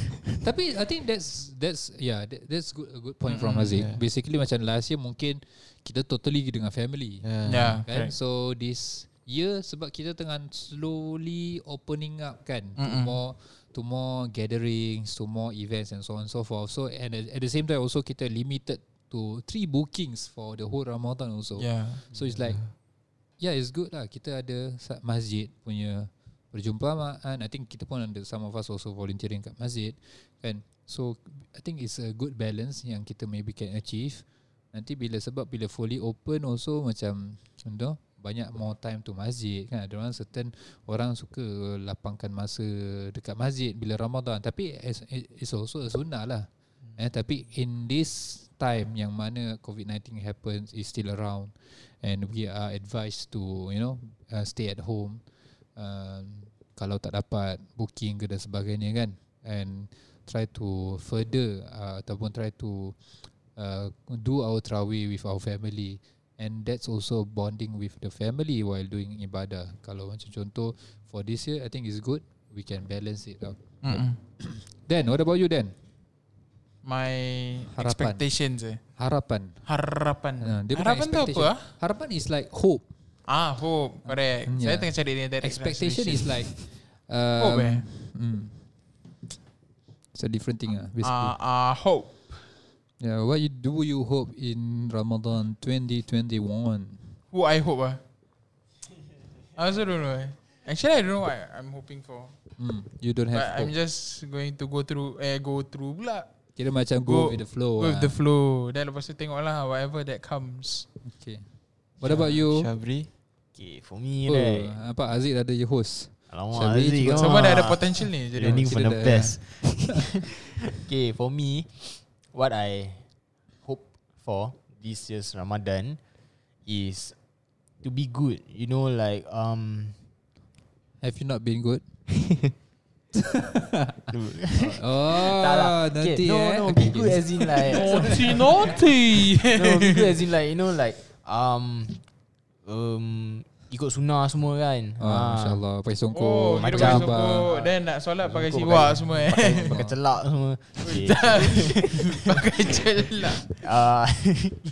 [SPEAKER 4] Tapi I think that's that's yeah that, that's good a good point from Aziz.
[SPEAKER 5] yeah.
[SPEAKER 4] Basically macam last year mungkin kita totally dengan family.
[SPEAKER 5] Yeah.
[SPEAKER 2] Yeah,
[SPEAKER 4] Kan?
[SPEAKER 2] correct.
[SPEAKER 4] So this year sebab kita tengah slowly opening up kan to
[SPEAKER 2] Mm-mm.
[SPEAKER 4] more to more gatherings, to more events and so on and so forth. So and at, at the same time also kita limited to three bookings for the whole Ramadan also.
[SPEAKER 2] Yeah.
[SPEAKER 4] So it's like Yeah it's good lah Kita ada sa- masjid punya Perjumpaan I think kita pun ada Some of us also volunteering kat masjid Kan So I think it's a good balance Yang kita maybe can achieve Nanti bila sebab Bila fully open also Macam Contoh Banyak more time to masjid Kan ada orang certain Orang suka Lapangkan masa Dekat masjid Bila Ramadan Tapi it's- It's also a sunnah lah Eh, tapi in this time yang mana COVID-19 happens is still around and we are advised to you know uh, stay at home um, kalau tak dapat booking ke dan sebagainya kan and try to further uh, ataupun try to uh, do our tarawih with our family and that's also bonding with the family while doing ibadah kalau macam contoh for this year I think it's good we can balance it out
[SPEAKER 2] Mm-mm.
[SPEAKER 4] Dan what about you Dan
[SPEAKER 2] My
[SPEAKER 4] Harapan.
[SPEAKER 2] expectations eh.
[SPEAKER 4] harapan
[SPEAKER 2] Harapan.
[SPEAKER 4] Ah, dia bukan
[SPEAKER 2] Harapan tu apa?
[SPEAKER 4] expectation.
[SPEAKER 2] ah?
[SPEAKER 4] Harapan is like hope.
[SPEAKER 2] Ah, hope. Correct.
[SPEAKER 4] Hmm,
[SPEAKER 2] Saya
[SPEAKER 4] yeah.
[SPEAKER 2] tengah cari ni dari
[SPEAKER 4] Expectation is like um,
[SPEAKER 2] hope eh.
[SPEAKER 4] mm. It's a different thing
[SPEAKER 2] Ah,
[SPEAKER 4] ah, basically.
[SPEAKER 2] ah, hope.
[SPEAKER 4] yeah, what you do you hope in Ramadan 2021?
[SPEAKER 2] Who I hope ah. I also don't know. Eh. Actually, I don't know what I'm hoping for.
[SPEAKER 4] Mm. You don't have
[SPEAKER 2] But I'm
[SPEAKER 4] hope.
[SPEAKER 2] just going to go through eh go through pula.
[SPEAKER 4] Kira macam go,
[SPEAKER 2] go-
[SPEAKER 4] with the flow.
[SPEAKER 2] Go with
[SPEAKER 4] ah.
[SPEAKER 2] the flow. Then lepas tu tengoklah whatever that comes.
[SPEAKER 4] okay. What about you?
[SPEAKER 5] Uh, Syabri
[SPEAKER 3] Okay, for me
[SPEAKER 4] Oh,
[SPEAKER 3] right.
[SPEAKER 4] apa Aziz ada je host.
[SPEAKER 3] Alamak,
[SPEAKER 4] Syabri
[SPEAKER 3] Aziz.
[SPEAKER 4] juga.
[SPEAKER 3] kau
[SPEAKER 2] Semua dah ada
[SPEAKER 3] ah.
[SPEAKER 2] potential ni jadi.
[SPEAKER 3] Learning
[SPEAKER 4] Kira
[SPEAKER 3] from the
[SPEAKER 4] dah-
[SPEAKER 3] best. okay, for me, what I hope for this year's Ramadan is to be good. You know, like um,
[SPEAKER 4] Have you not been good?
[SPEAKER 3] tak
[SPEAKER 4] Oh,
[SPEAKER 3] lah. Okay,
[SPEAKER 4] nanti
[SPEAKER 3] no,
[SPEAKER 4] eh.
[SPEAKER 3] no,
[SPEAKER 4] Okay,
[SPEAKER 3] be good
[SPEAKER 4] okay.
[SPEAKER 3] as in like
[SPEAKER 2] Naughty naughty.
[SPEAKER 3] no, be good as in like you know like um um ikut sunnah semua kan.
[SPEAKER 4] Ah, Masya-Allah, pakai
[SPEAKER 2] Oh,
[SPEAKER 4] songkok,
[SPEAKER 2] kira
[SPEAKER 3] macam
[SPEAKER 2] pakai
[SPEAKER 4] berjabang.
[SPEAKER 2] songkok. Then nak solat pakai
[SPEAKER 3] Songkok
[SPEAKER 2] siwak
[SPEAKER 3] pakai-
[SPEAKER 2] semua eh.
[SPEAKER 3] Pakai, pakai celak semua. Okay.
[SPEAKER 2] pakai lah. celak.
[SPEAKER 3] Uh,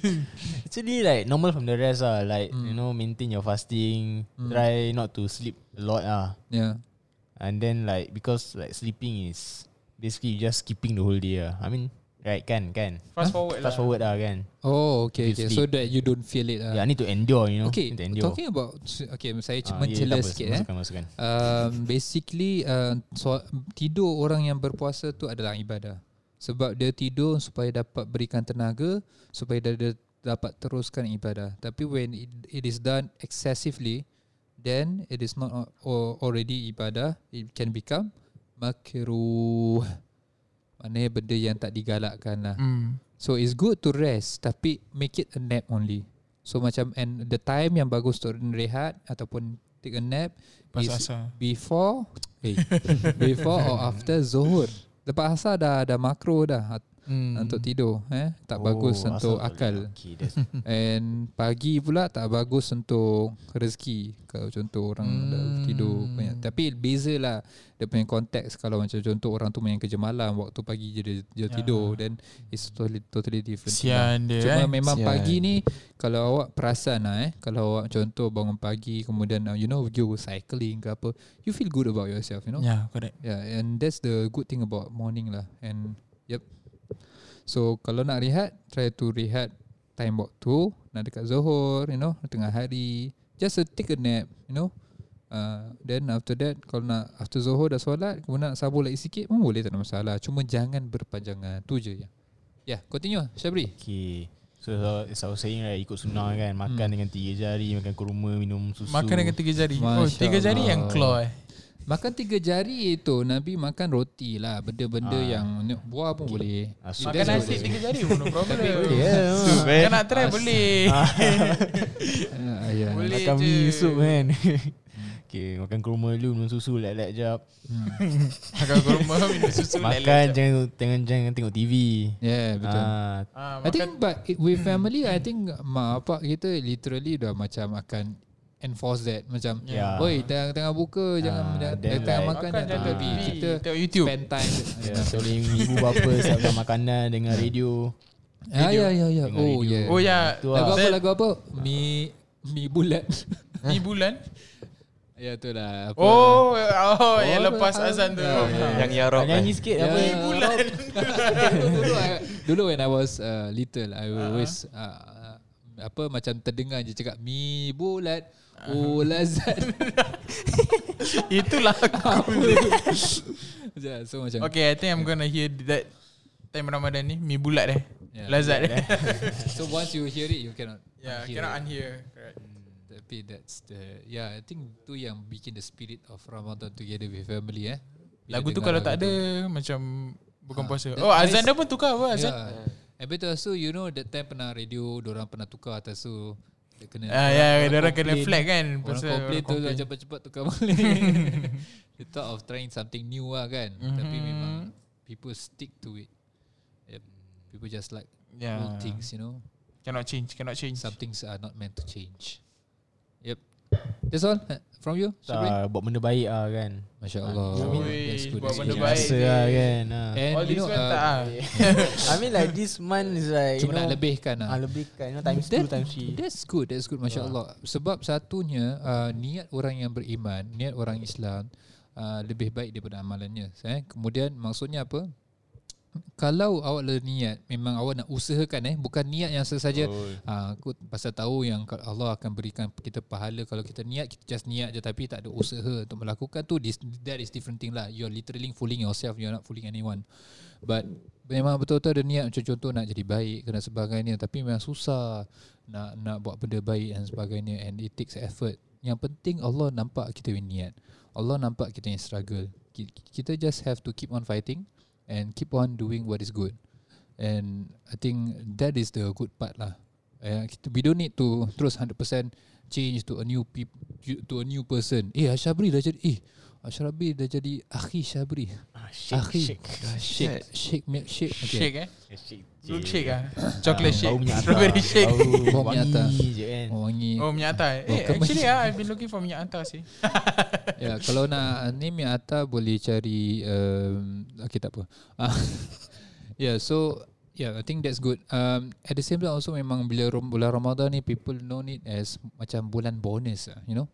[SPEAKER 3] actually like normal from the rest ah like you know maintain your fasting try not to sleep a lot ah
[SPEAKER 4] Yeah.
[SPEAKER 3] and then like because like sleeping is basically you just skipping the whole day ah I mean right kan kan
[SPEAKER 2] Fast forward lah.
[SPEAKER 3] fast forward ah kan
[SPEAKER 4] Oh, okay,
[SPEAKER 3] If
[SPEAKER 4] okay.
[SPEAKER 3] you
[SPEAKER 4] So
[SPEAKER 3] sleep.
[SPEAKER 4] that you don't feel it.
[SPEAKER 3] yeah
[SPEAKER 4] Uh.
[SPEAKER 3] I need to endure you know
[SPEAKER 4] Okay,
[SPEAKER 3] need to endure
[SPEAKER 4] talking about okay, saya
[SPEAKER 3] Ah,
[SPEAKER 4] cuma
[SPEAKER 3] yeah,
[SPEAKER 4] mencela
[SPEAKER 3] tak apa,
[SPEAKER 4] sikit eh.
[SPEAKER 3] masukkan masukkan
[SPEAKER 4] Um, basically uh, so, tidur orang yang berpuasa tu adalah ibadah. Sebab dia tidur supaya dapat berikan tenaga, supaya dia, dia dapat teruskan ibadah. Tapi when it, it is done excessively, then it is not al- al- already ibadah. It can become makruh. Maknanya benda yang tak digalakkan lah.
[SPEAKER 2] Hmm.
[SPEAKER 4] So it's good to rest tapi make it a nap only. So macam and the time yang bagus untuk rehat ataupun take a nap
[SPEAKER 2] Pas
[SPEAKER 4] is
[SPEAKER 2] asar.
[SPEAKER 4] before hey, before or after zuhur. Lepas asar dah dah makro dah at-
[SPEAKER 2] Hmm.
[SPEAKER 4] untuk tidur eh tak bagus
[SPEAKER 3] Oh,
[SPEAKER 4] untuk
[SPEAKER 3] asal tak
[SPEAKER 4] akal.
[SPEAKER 3] boleh. okay, that's
[SPEAKER 4] And pagi pula tak bagus untuk rezeki Kalau contoh orang hmm. dah tidur banyak. Tapi beza lah Dia punya konteks Kalau macam contoh orang tu main kerja malam Waktu pagi je dia, dia tidur Then it's totally, totally different
[SPEAKER 2] Sian dia, eh.
[SPEAKER 4] Cuma memang
[SPEAKER 5] Sian.
[SPEAKER 4] pagi ni Kalau awak perasan lah eh Kalau awak contoh bangun pagi Kemudian uh, you know you cycling ke apa You feel good about yourself you know
[SPEAKER 2] Yeah, Ya, correct.
[SPEAKER 4] Yeah, and that's the good thing about morning lah. And yep. So kalau nak rehat, try to rehat time waktu, nak dekat zuhur, you know, tengah hari. Just a, take a nap, you know. Uh, then after that Kalau nak After zuhur dah solat Kemudian nak sabar lagi sikit pun Boleh tak ada masalah Cuma jangan berpanjangan Tu je ya Ya yeah, continue Syabri
[SPEAKER 3] okay So so- as I was saying right Ikut
[SPEAKER 2] Hmm.
[SPEAKER 3] sunnah kan Makan dengan tiga jari Makan kurma Minum susu
[SPEAKER 2] Makan dengan tiga jari.
[SPEAKER 4] Masya
[SPEAKER 2] oh, tiga jari
[SPEAKER 4] Allah.
[SPEAKER 2] yang claw eh.
[SPEAKER 4] Makan tiga jari itu Nabi makan roti lah Benda-benda
[SPEAKER 3] Ah.
[SPEAKER 4] yang Buah pun boleh
[SPEAKER 3] Ah, so-
[SPEAKER 2] Makan
[SPEAKER 4] That's
[SPEAKER 2] nasi
[SPEAKER 4] good.
[SPEAKER 2] tiga jari pun no problem.
[SPEAKER 3] Yeah, eh.
[SPEAKER 2] Kan nak try boleh.
[SPEAKER 4] Ah, yeah.
[SPEAKER 2] Boleh.
[SPEAKER 3] Makan
[SPEAKER 2] je.
[SPEAKER 3] mie sup kan Okay makan kurma dulu Minum susu lelak-lelak jap
[SPEAKER 2] Makan kurma minum susu
[SPEAKER 3] Makan jangan, jangan jangan tengok TV
[SPEAKER 4] Yeah Ya, betul
[SPEAKER 3] Ah,
[SPEAKER 2] Ah,
[SPEAKER 4] I think but it- with family I think mak bapak kita literally dah macam akan enforce that macam
[SPEAKER 3] Yeah.
[SPEAKER 4] oi tengah, tengah buka jangan
[SPEAKER 3] Ah,
[SPEAKER 4] jangan
[SPEAKER 3] then
[SPEAKER 4] tengah
[SPEAKER 3] like-
[SPEAKER 4] makan jangan tengok
[SPEAKER 2] lah.
[SPEAKER 4] TV kita
[SPEAKER 2] tengok YouTube.
[SPEAKER 4] spend time
[SPEAKER 3] Ya, tolong ibu bapa siapkan makanan dengan radio.
[SPEAKER 4] ah ya ya ya
[SPEAKER 3] Tengok
[SPEAKER 4] oh
[SPEAKER 3] radio.
[SPEAKER 4] yeah
[SPEAKER 2] Oh ya.
[SPEAKER 3] Itu
[SPEAKER 4] lagu apa
[SPEAKER 2] Then,
[SPEAKER 4] lagu apa mi mi bulat
[SPEAKER 2] Di bulan
[SPEAKER 4] Ya tu lah. Apa-
[SPEAKER 2] Oh, oh, yang
[SPEAKER 4] Oh,
[SPEAKER 2] lepas
[SPEAKER 4] faham.
[SPEAKER 2] azan tu.
[SPEAKER 4] Ya, ya,
[SPEAKER 5] Yang ya
[SPEAKER 2] kan?
[SPEAKER 5] Rob
[SPEAKER 6] Nyanyi
[SPEAKER 5] eh.
[SPEAKER 6] sikit
[SPEAKER 4] Ya,
[SPEAKER 3] lah.
[SPEAKER 6] apa
[SPEAKER 4] ya, Rob. dulu, I- dulu when I was uh, little, I uh-huh. always uh, apa macam terdengar je cakap mi bulat uh-huh. ulazat.
[SPEAKER 2] Itulah aku.
[SPEAKER 4] Ja, so macam
[SPEAKER 2] okay,
[SPEAKER 4] okay.
[SPEAKER 2] I think I'm gonna hear that time Ramadan ni. Mi bulat eh.
[SPEAKER 4] Ya.
[SPEAKER 2] Lazat eh.
[SPEAKER 4] so once you hear it you cannot
[SPEAKER 2] Yeah,
[SPEAKER 4] unhear
[SPEAKER 2] cannot
[SPEAKER 4] it.
[SPEAKER 2] unhear. Correct.
[SPEAKER 4] Tapi that's the yeah I think tu yang bikin the spirit of Ramadan together with family eh. Bila
[SPEAKER 2] Lagu tu
[SPEAKER 4] dengar
[SPEAKER 2] kalau tak
[SPEAKER 4] lagu tu.
[SPEAKER 2] ada macam bukan
[SPEAKER 4] Ah, Ya.
[SPEAKER 2] puasa.
[SPEAKER 4] that
[SPEAKER 2] Oh, azan
[SPEAKER 4] is-
[SPEAKER 2] dia pun tukar apa azan?
[SPEAKER 4] Yeah. Habis tu so you know that time pernah radio orang pernah tukar atas so dia kena
[SPEAKER 2] Ah ya,
[SPEAKER 4] orang
[SPEAKER 2] dia orang kena
[SPEAKER 4] complain.
[SPEAKER 2] flag kan
[SPEAKER 4] Orang
[SPEAKER 2] pasal
[SPEAKER 4] komplain tu lah cepat-cepat tukar balik The thought of trying something new lah kan
[SPEAKER 2] Mhm.
[SPEAKER 4] mm-hmm. Tapi memang People stick to it yep. People just like yeah.
[SPEAKER 2] Yeah.
[SPEAKER 4] Old things you know
[SPEAKER 2] Ya, Cannot change, cannot change.
[SPEAKER 4] Some things are not meant to change Yep That's all uh, From you Shubri
[SPEAKER 6] Tak, buat benda baik lah kan
[SPEAKER 4] Masya Allah
[SPEAKER 2] Ui,
[SPEAKER 4] That's good
[SPEAKER 2] buat
[SPEAKER 4] that's
[SPEAKER 2] benda
[SPEAKER 4] good.
[SPEAKER 2] baik. Eh.
[SPEAKER 6] Biasa lah kan ah.
[SPEAKER 4] And
[SPEAKER 2] All
[SPEAKER 4] you
[SPEAKER 2] this
[SPEAKER 4] know
[SPEAKER 2] one tak
[SPEAKER 4] uh,
[SPEAKER 2] ah.
[SPEAKER 6] I mean like this month is like
[SPEAKER 4] Cuma
[SPEAKER 6] you know,
[SPEAKER 4] nak lebihkan lah
[SPEAKER 6] Ah, lebihkan you know, times
[SPEAKER 4] That-
[SPEAKER 6] 2 times 3
[SPEAKER 4] That's good, that's good. Masya Allah. Sebab satunya uh, niat orang yang beriman, niat orang Islam uh, lebih baik daripada amalannya. Eh? Kemudian maksudnya apa? Kalau awak ada niat, memang awak nak usahakan eh, bukan niat yang sesaja. Oh. Uh, aku pasal tahu yang kalau Allah akan berikan kita pahala kalau kita niat, kita just niat je tapi tak ada usaha untuk melakukan tu. This, that is different thing lah. You're literally fooling yourself. You're not fooling anyone. But memang betul-betul ada niat macam contoh nak jadi baik dan sebagainya tapi memang susah nak nak buat benda baik dan sebagainya and it takes effort. Yang penting Allah nampak kita punya niat. Allah nampak kita yang struggle. Ki- Kita just have to keep on fighting and keep on doing what is good. And I think that is the good part lah. Eh, kita, we don't need to terus 100% change to a new peop, to a new person. Eh, Ashabri dah jadi eh Ashabri dah jadi Akhi Shabri.
[SPEAKER 3] Ah,
[SPEAKER 4] Akhi shake shake milk shake okay.
[SPEAKER 2] Shake eh. Milk shake ah. Chocolate shake,
[SPEAKER 6] eh, Bau minyak
[SPEAKER 2] strawberry
[SPEAKER 6] atas.
[SPEAKER 2] shake.
[SPEAKER 4] Bau
[SPEAKER 6] Bau
[SPEAKER 4] minyak atas.
[SPEAKER 6] wangi je kan
[SPEAKER 4] Oh, wangi
[SPEAKER 2] Oh, minyak atas. Eh,
[SPEAKER 4] Welcome.
[SPEAKER 2] actually ah, I've been looking for minyak atas sih.
[SPEAKER 4] ya kalau nak ni mi ata boleh cari um, okay tak apa Ah, yeah so yeah i think that's good um, at the same time also memang bila rom- bulan Ramadan ni people know it as macam bulan bonus ah, you know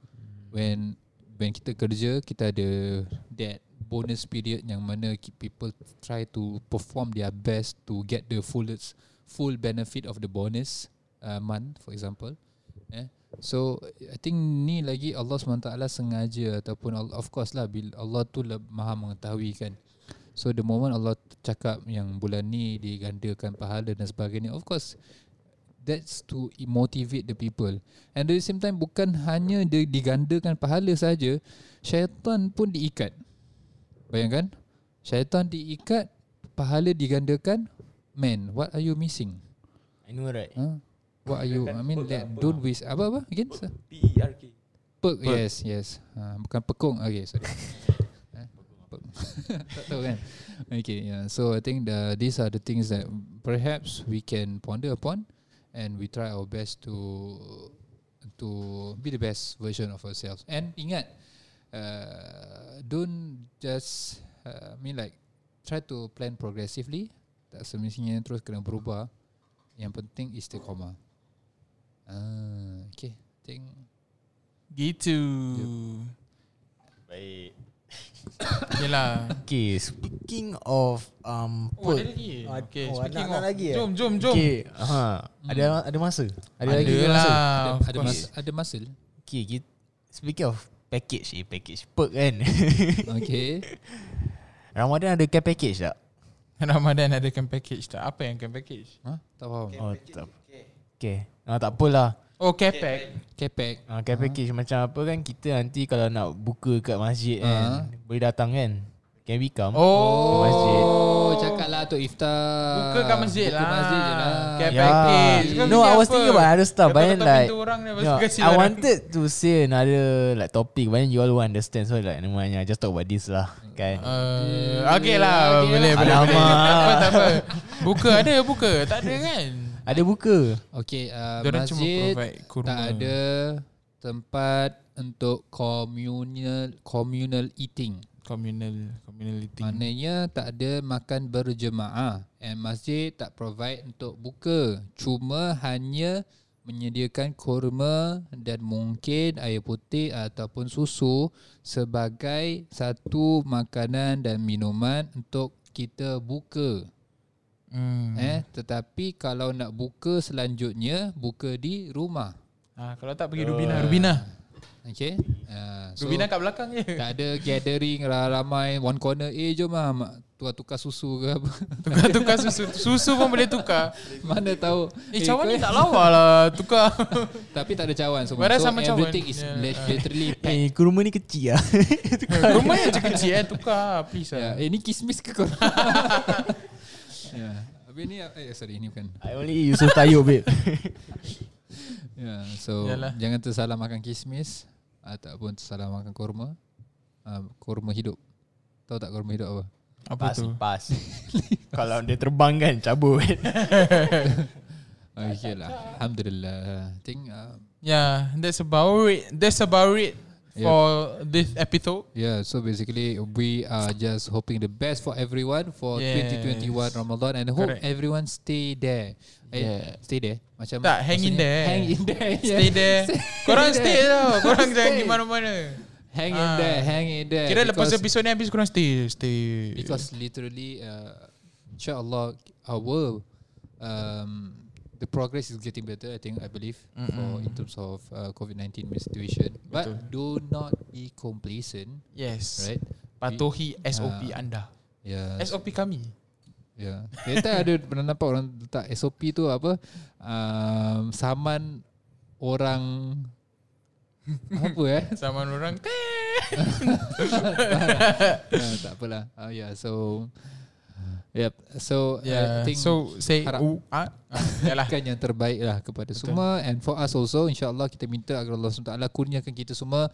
[SPEAKER 4] when when kita kerja kita ada that bonus period yang mana ki- people try to perform their best to get the fullest full benefit of the bonus uh, month for example eh so I think ni lagi Allah SWT sengaja ataupun al- of course lah bil- Allah tu le- maha mengetahui kan so the moment Allah cakap yang bulan ni digandakan pahala dan sebagainya of course That's to i- motivate the people. And at the same time bukan hanya dia digandakan pahala saja, syaitan pun diikat. Bayangkan, syaitan diikat, pahala digandakan. Man, what are you missing?
[SPEAKER 6] I know right
[SPEAKER 4] Huh? What are you? I mean, that don't waste apa apa again? sir?
[SPEAKER 1] P-E-R-K
[SPEAKER 4] Perk, yes, yes. Ha, bukan pekung. Okay, sorry. Eh, perk. tak tahu kan Okay yeah. So I think the, These are the things that Perhaps we can ponder upon And we try our best to To Be the best version of ourselves And ingat uh, Don't just uh, I mean like Try to plan progressively Tak semestinya terus kena berubah Yang penting istiqamah ah, Okay I think
[SPEAKER 2] Gitu.
[SPEAKER 6] Baik
[SPEAKER 2] Yalah.
[SPEAKER 6] Okay Speaking of um,
[SPEAKER 2] Oh, ada
[SPEAKER 6] perk.
[SPEAKER 2] lagi.
[SPEAKER 6] Ah,
[SPEAKER 2] Okay,
[SPEAKER 6] oh,
[SPEAKER 2] speaking
[SPEAKER 6] nak- nak
[SPEAKER 2] of.
[SPEAKER 6] lagi eh?
[SPEAKER 2] Jom, jom, jom.
[SPEAKER 6] Okay ha. Ada ada masa Ada, lagi
[SPEAKER 2] Ada
[SPEAKER 6] masa
[SPEAKER 2] lah.
[SPEAKER 4] ada,
[SPEAKER 2] of
[SPEAKER 4] ada,
[SPEAKER 2] course.
[SPEAKER 4] mas, ada muscle
[SPEAKER 6] Okay kita, Speaking of package eh, Package perk kan
[SPEAKER 4] Okay
[SPEAKER 6] Ramadan ada care package tak?
[SPEAKER 2] Ramadan adakan package tak? Apa yang akan package?
[SPEAKER 4] huh? Tak faham
[SPEAKER 6] Oh tak Okay ah, Tak apalah
[SPEAKER 2] Oh, capex.
[SPEAKER 4] Kepek
[SPEAKER 6] Ah, care package macam apa kan Kita nanti kalau nak buka kat masjid
[SPEAKER 4] Ah.
[SPEAKER 6] kan Boleh datang kan Can we come?
[SPEAKER 2] Oh,
[SPEAKER 6] Masjid.
[SPEAKER 4] Oh cakap lah tu iftar
[SPEAKER 2] Buka kat masjid
[SPEAKER 4] Buka
[SPEAKER 2] lah.
[SPEAKER 4] masjid je lah
[SPEAKER 2] Care
[SPEAKER 6] Yeah.
[SPEAKER 2] package.
[SPEAKER 6] Ya.
[SPEAKER 2] Kau
[SPEAKER 6] No,
[SPEAKER 2] fikir
[SPEAKER 6] I was
[SPEAKER 2] apa?
[SPEAKER 6] thinking about other stuff, but then
[SPEAKER 2] Ketuk-ketuk
[SPEAKER 6] like,
[SPEAKER 2] pintu orang, lepas tu
[SPEAKER 6] No,
[SPEAKER 2] kasi
[SPEAKER 6] I
[SPEAKER 2] orang.
[SPEAKER 6] wanted to say another like topic but then you all won't understand so like never mind, I just talk about this lah kan.
[SPEAKER 2] Uh, okay lah
[SPEAKER 4] Okay
[SPEAKER 2] Boleh
[SPEAKER 4] lah.
[SPEAKER 2] boleh boleh
[SPEAKER 6] Alamak.
[SPEAKER 2] Tak apa tak apa Buka ada buka Tak ada kan
[SPEAKER 6] Ada buka.
[SPEAKER 4] Okay uh,
[SPEAKER 2] Diorang cuma
[SPEAKER 4] Masjid
[SPEAKER 2] provide kurma.
[SPEAKER 4] Tak ada Tempat Untuk communal Communal eating
[SPEAKER 2] Communal Communality
[SPEAKER 4] Maknanya tak ada makan Eh, berjemaah And masjid tak provide untuk buka Cuma hanya menyediakan kurma dan mungkin air putih ataupun susu sebagai satu makanan dan minuman untuk kita buka. Hmm. Eh, tetapi kalau nak buka selanjutnya buka di rumah.
[SPEAKER 2] Ah, kalau tak pergi Rubina, Rubina.
[SPEAKER 4] Okay uh,
[SPEAKER 2] Rubina kat belakang je.
[SPEAKER 4] Tak ada gathering ramai One corner Eh jom lah mak, Tuan tukar susu ke apa
[SPEAKER 2] Tukar-tukar susu. Susu pun boleh tukar.
[SPEAKER 4] Mana tahu
[SPEAKER 2] Eh, cawan ni
[SPEAKER 4] kau-
[SPEAKER 2] tak lawa lah. Tukar.
[SPEAKER 4] Tapi tak ada cawan semua
[SPEAKER 2] Barang
[SPEAKER 4] So
[SPEAKER 2] sama cawan.
[SPEAKER 4] everything is
[SPEAKER 2] Yeah.
[SPEAKER 4] yeah. literally packed
[SPEAKER 6] Eh, kurma ni kecil lah
[SPEAKER 2] Rumah yang kecil eh. Tukar. Please
[SPEAKER 4] yeah.
[SPEAKER 2] lah.
[SPEAKER 4] Eh ni kismis ke korang yeah. Habis ni eh, Sorry ni bukan
[SPEAKER 6] I only eat Yusuf Tayo babe
[SPEAKER 4] yeah. So
[SPEAKER 2] Yalah.
[SPEAKER 4] Yalah. Jangan tersalah makan kismis Ataupun tersalah makan korma uh, Korma hidup Tahu tak korma hidup apa?
[SPEAKER 6] Pas
[SPEAKER 2] Apa tu?
[SPEAKER 6] Pas Kalau dia terbang kan Cabut
[SPEAKER 4] Okay lah Alhamdulillah I think uh,
[SPEAKER 2] Yeah, Ya, that's about it. That's about it
[SPEAKER 4] Ya.
[SPEAKER 2] for this episode.
[SPEAKER 4] Yeah, so basically we are just hoping the best for everyone for
[SPEAKER 2] Yes.
[SPEAKER 4] yes. 2021 Ramadan and hope
[SPEAKER 2] Correct.
[SPEAKER 4] everyone stay there. Yeah. Eh, stay there. Macam
[SPEAKER 2] Tak, hang in
[SPEAKER 4] maksudnya
[SPEAKER 2] there.
[SPEAKER 4] Hang in there. yeah.
[SPEAKER 2] Stay there. korang stay tau. Korang jangan
[SPEAKER 4] Ya. Stay.
[SPEAKER 2] pergi mana-mana.
[SPEAKER 4] Hang in
[SPEAKER 2] Ah.
[SPEAKER 4] there. Hang in there.
[SPEAKER 2] Kira lepas
[SPEAKER 4] because,
[SPEAKER 2] episod ni habis korang stay. Stay.
[SPEAKER 4] because literally uh, inshallah our um the progress is getting better I think I believe mm for in terms of uh, COVID-19 situation. But do not be complacent,
[SPEAKER 2] yes.
[SPEAKER 4] right? Ah.
[SPEAKER 2] Patuhi SOP anda.
[SPEAKER 4] Yeah.
[SPEAKER 2] SOP kami.
[SPEAKER 4] Ya. Yeah. Kita ada pernah nampak orang letak SOP tu apa? Um, saman orang apa eh?
[SPEAKER 2] Zaman orang.
[SPEAKER 4] uh, tak apalah. Uh, yeah, so Yep. So
[SPEAKER 2] Yeah.
[SPEAKER 4] yeah. I think
[SPEAKER 2] Ya, So say.
[SPEAKER 4] harap-
[SPEAKER 2] Uh, ah, ah, Yalah.
[SPEAKER 4] kan yang terbaik lah kepada Betul. semua and for us also insyaallah kita minta agar Allah SWT kurniakan kita semua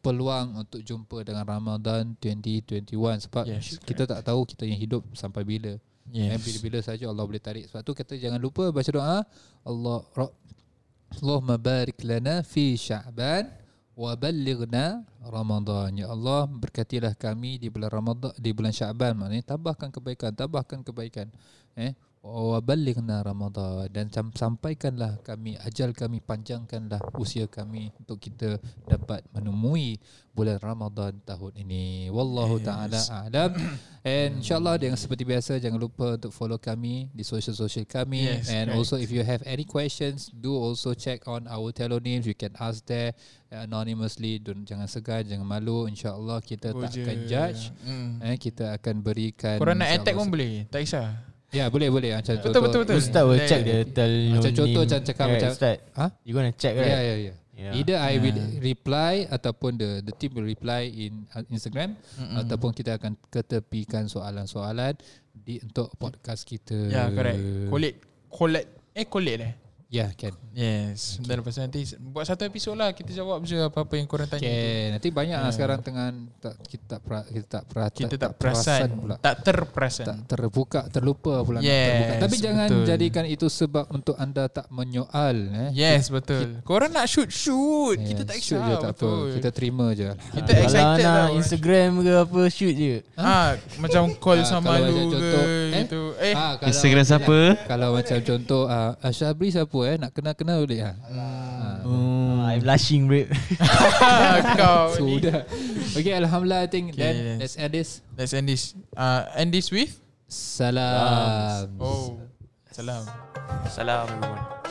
[SPEAKER 4] peluang untuk jumpa dengan Ramadan 2021 sebab
[SPEAKER 2] Yes,
[SPEAKER 4] yes, kita tak tahu kita yang hidup sampai bila yes. and bila-bila saja Allah boleh tarik sebab tu kita jangan lupa baca doa Allah Ra- Allahumma barik lana fi Sya'ban wa ballighna Ramadan ya Allah berkatilah kami di bulan Ramadan di bulan Sya'ban maknanya tambahkan kebaikan tambahkan kebaikan eh wa ballighna Ramadan dan sam- sampaikanlah kami ajal kami panjangkanlah usia kami untuk kita dapat menemui bulan Ramadan tahun ini wallahu yes. taala a'lam and insyaallah dengan seperti biasa jangan lupa untuk follow kami di social-social kami
[SPEAKER 2] Yes,
[SPEAKER 4] and
[SPEAKER 2] correct.
[SPEAKER 4] also if you have any questions do also check on our telo names you can ask there anonymously Don't, jangan segan jangan malu insyaallah kita tak akan judge
[SPEAKER 2] Mm.
[SPEAKER 4] eh kita akan berikan
[SPEAKER 2] Korang nak
[SPEAKER 4] insyaallah
[SPEAKER 2] attack pun boleh. Tak kisah.
[SPEAKER 4] Ya boleh boleh macam
[SPEAKER 2] Betul,
[SPEAKER 4] contoh-
[SPEAKER 2] betul, betul.
[SPEAKER 6] Ustaz will check the tell
[SPEAKER 4] Macam
[SPEAKER 6] your
[SPEAKER 4] contoh
[SPEAKER 6] name.
[SPEAKER 4] macam cakap
[SPEAKER 6] Right,
[SPEAKER 4] macam
[SPEAKER 6] Ustaz
[SPEAKER 4] Ha?
[SPEAKER 6] You gonna check
[SPEAKER 4] Ya
[SPEAKER 6] right
[SPEAKER 4] ya ya. Either I will reply ataupun the the team will reply in uh, Instagram Mm-mm. ataupun kita akan ketepikan soalan-soalan di untuk podcast kita.
[SPEAKER 2] Yeah, Ya, correct. Collate. Collate. Eh, collate eh.
[SPEAKER 4] Ya, yeah, can.
[SPEAKER 2] Yes. Okay. Dan lepas tu nanti buat satu episod lah kita jawab je apa-apa yang korang tanya. tu.
[SPEAKER 4] Can. Nanti banyak yeah. sekarang tengah tak kita tak pra, kita tak perhati
[SPEAKER 2] Kita tak, perasan,
[SPEAKER 4] pula.
[SPEAKER 2] tak terperasan.
[SPEAKER 4] tak terbuka terlupa pula
[SPEAKER 2] Yes,
[SPEAKER 4] terbuka. tapi jangan
[SPEAKER 2] betul.
[SPEAKER 4] jadikan itu sebab untuk anda tak menyoal eh
[SPEAKER 2] Yes, betul. Korang nak shoot, shoot.
[SPEAKER 4] Yeah,
[SPEAKER 2] Ya, kita tak
[SPEAKER 4] shoot
[SPEAKER 2] kisah.
[SPEAKER 4] je tak apa
[SPEAKER 2] betul.
[SPEAKER 4] kita terima je
[SPEAKER 2] kita
[SPEAKER 6] Kalau
[SPEAKER 2] excited
[SPEAKER 6] nak
[SPEAKER 2] lah. Insta-
[SPEAKER 6] Instagram ke apa Shoot je
[SPEAKER 2] ha, macam call
[SPEAKER 4] Ah,
[SPEAKER 2] sama lu
[SPEAKER 4] kalau macam
[SPEAKER 2] ke
[SPEAKER 4] contoh, eh?
[SPEAKER 2] gitu. Eh,
[SPEAKER 4] Ah, kalau-
[SPEAKER 5] Instagram siapa?
[SPEAKER 4] Kalau macam contoh uh, Syabri siapa eh Nak kenal-kenal boleh lah
[SPEAKER 2] Ah.
[SPEAKER 6] Hmm. I blushing babe
[SPEAKER 2] Eh, kau ni.
[SPEAKER 4] Sudah Okay Alhamdulillah I
[SPEAKER 2] Oh,
[SPEAKER 4] think
[SPEAKER 2] Okay,
[SPEAKER 4] okay,
[SPEAKER 2] yes.
[SPEAKER 4] Then let's end this
[SPEAKER 2] Let's end this. Uh, end this with.
[SPEAKER 4] Salam
[SPEAKER 2] Oh, salam.
[SPEAKER 1] Salam everyone.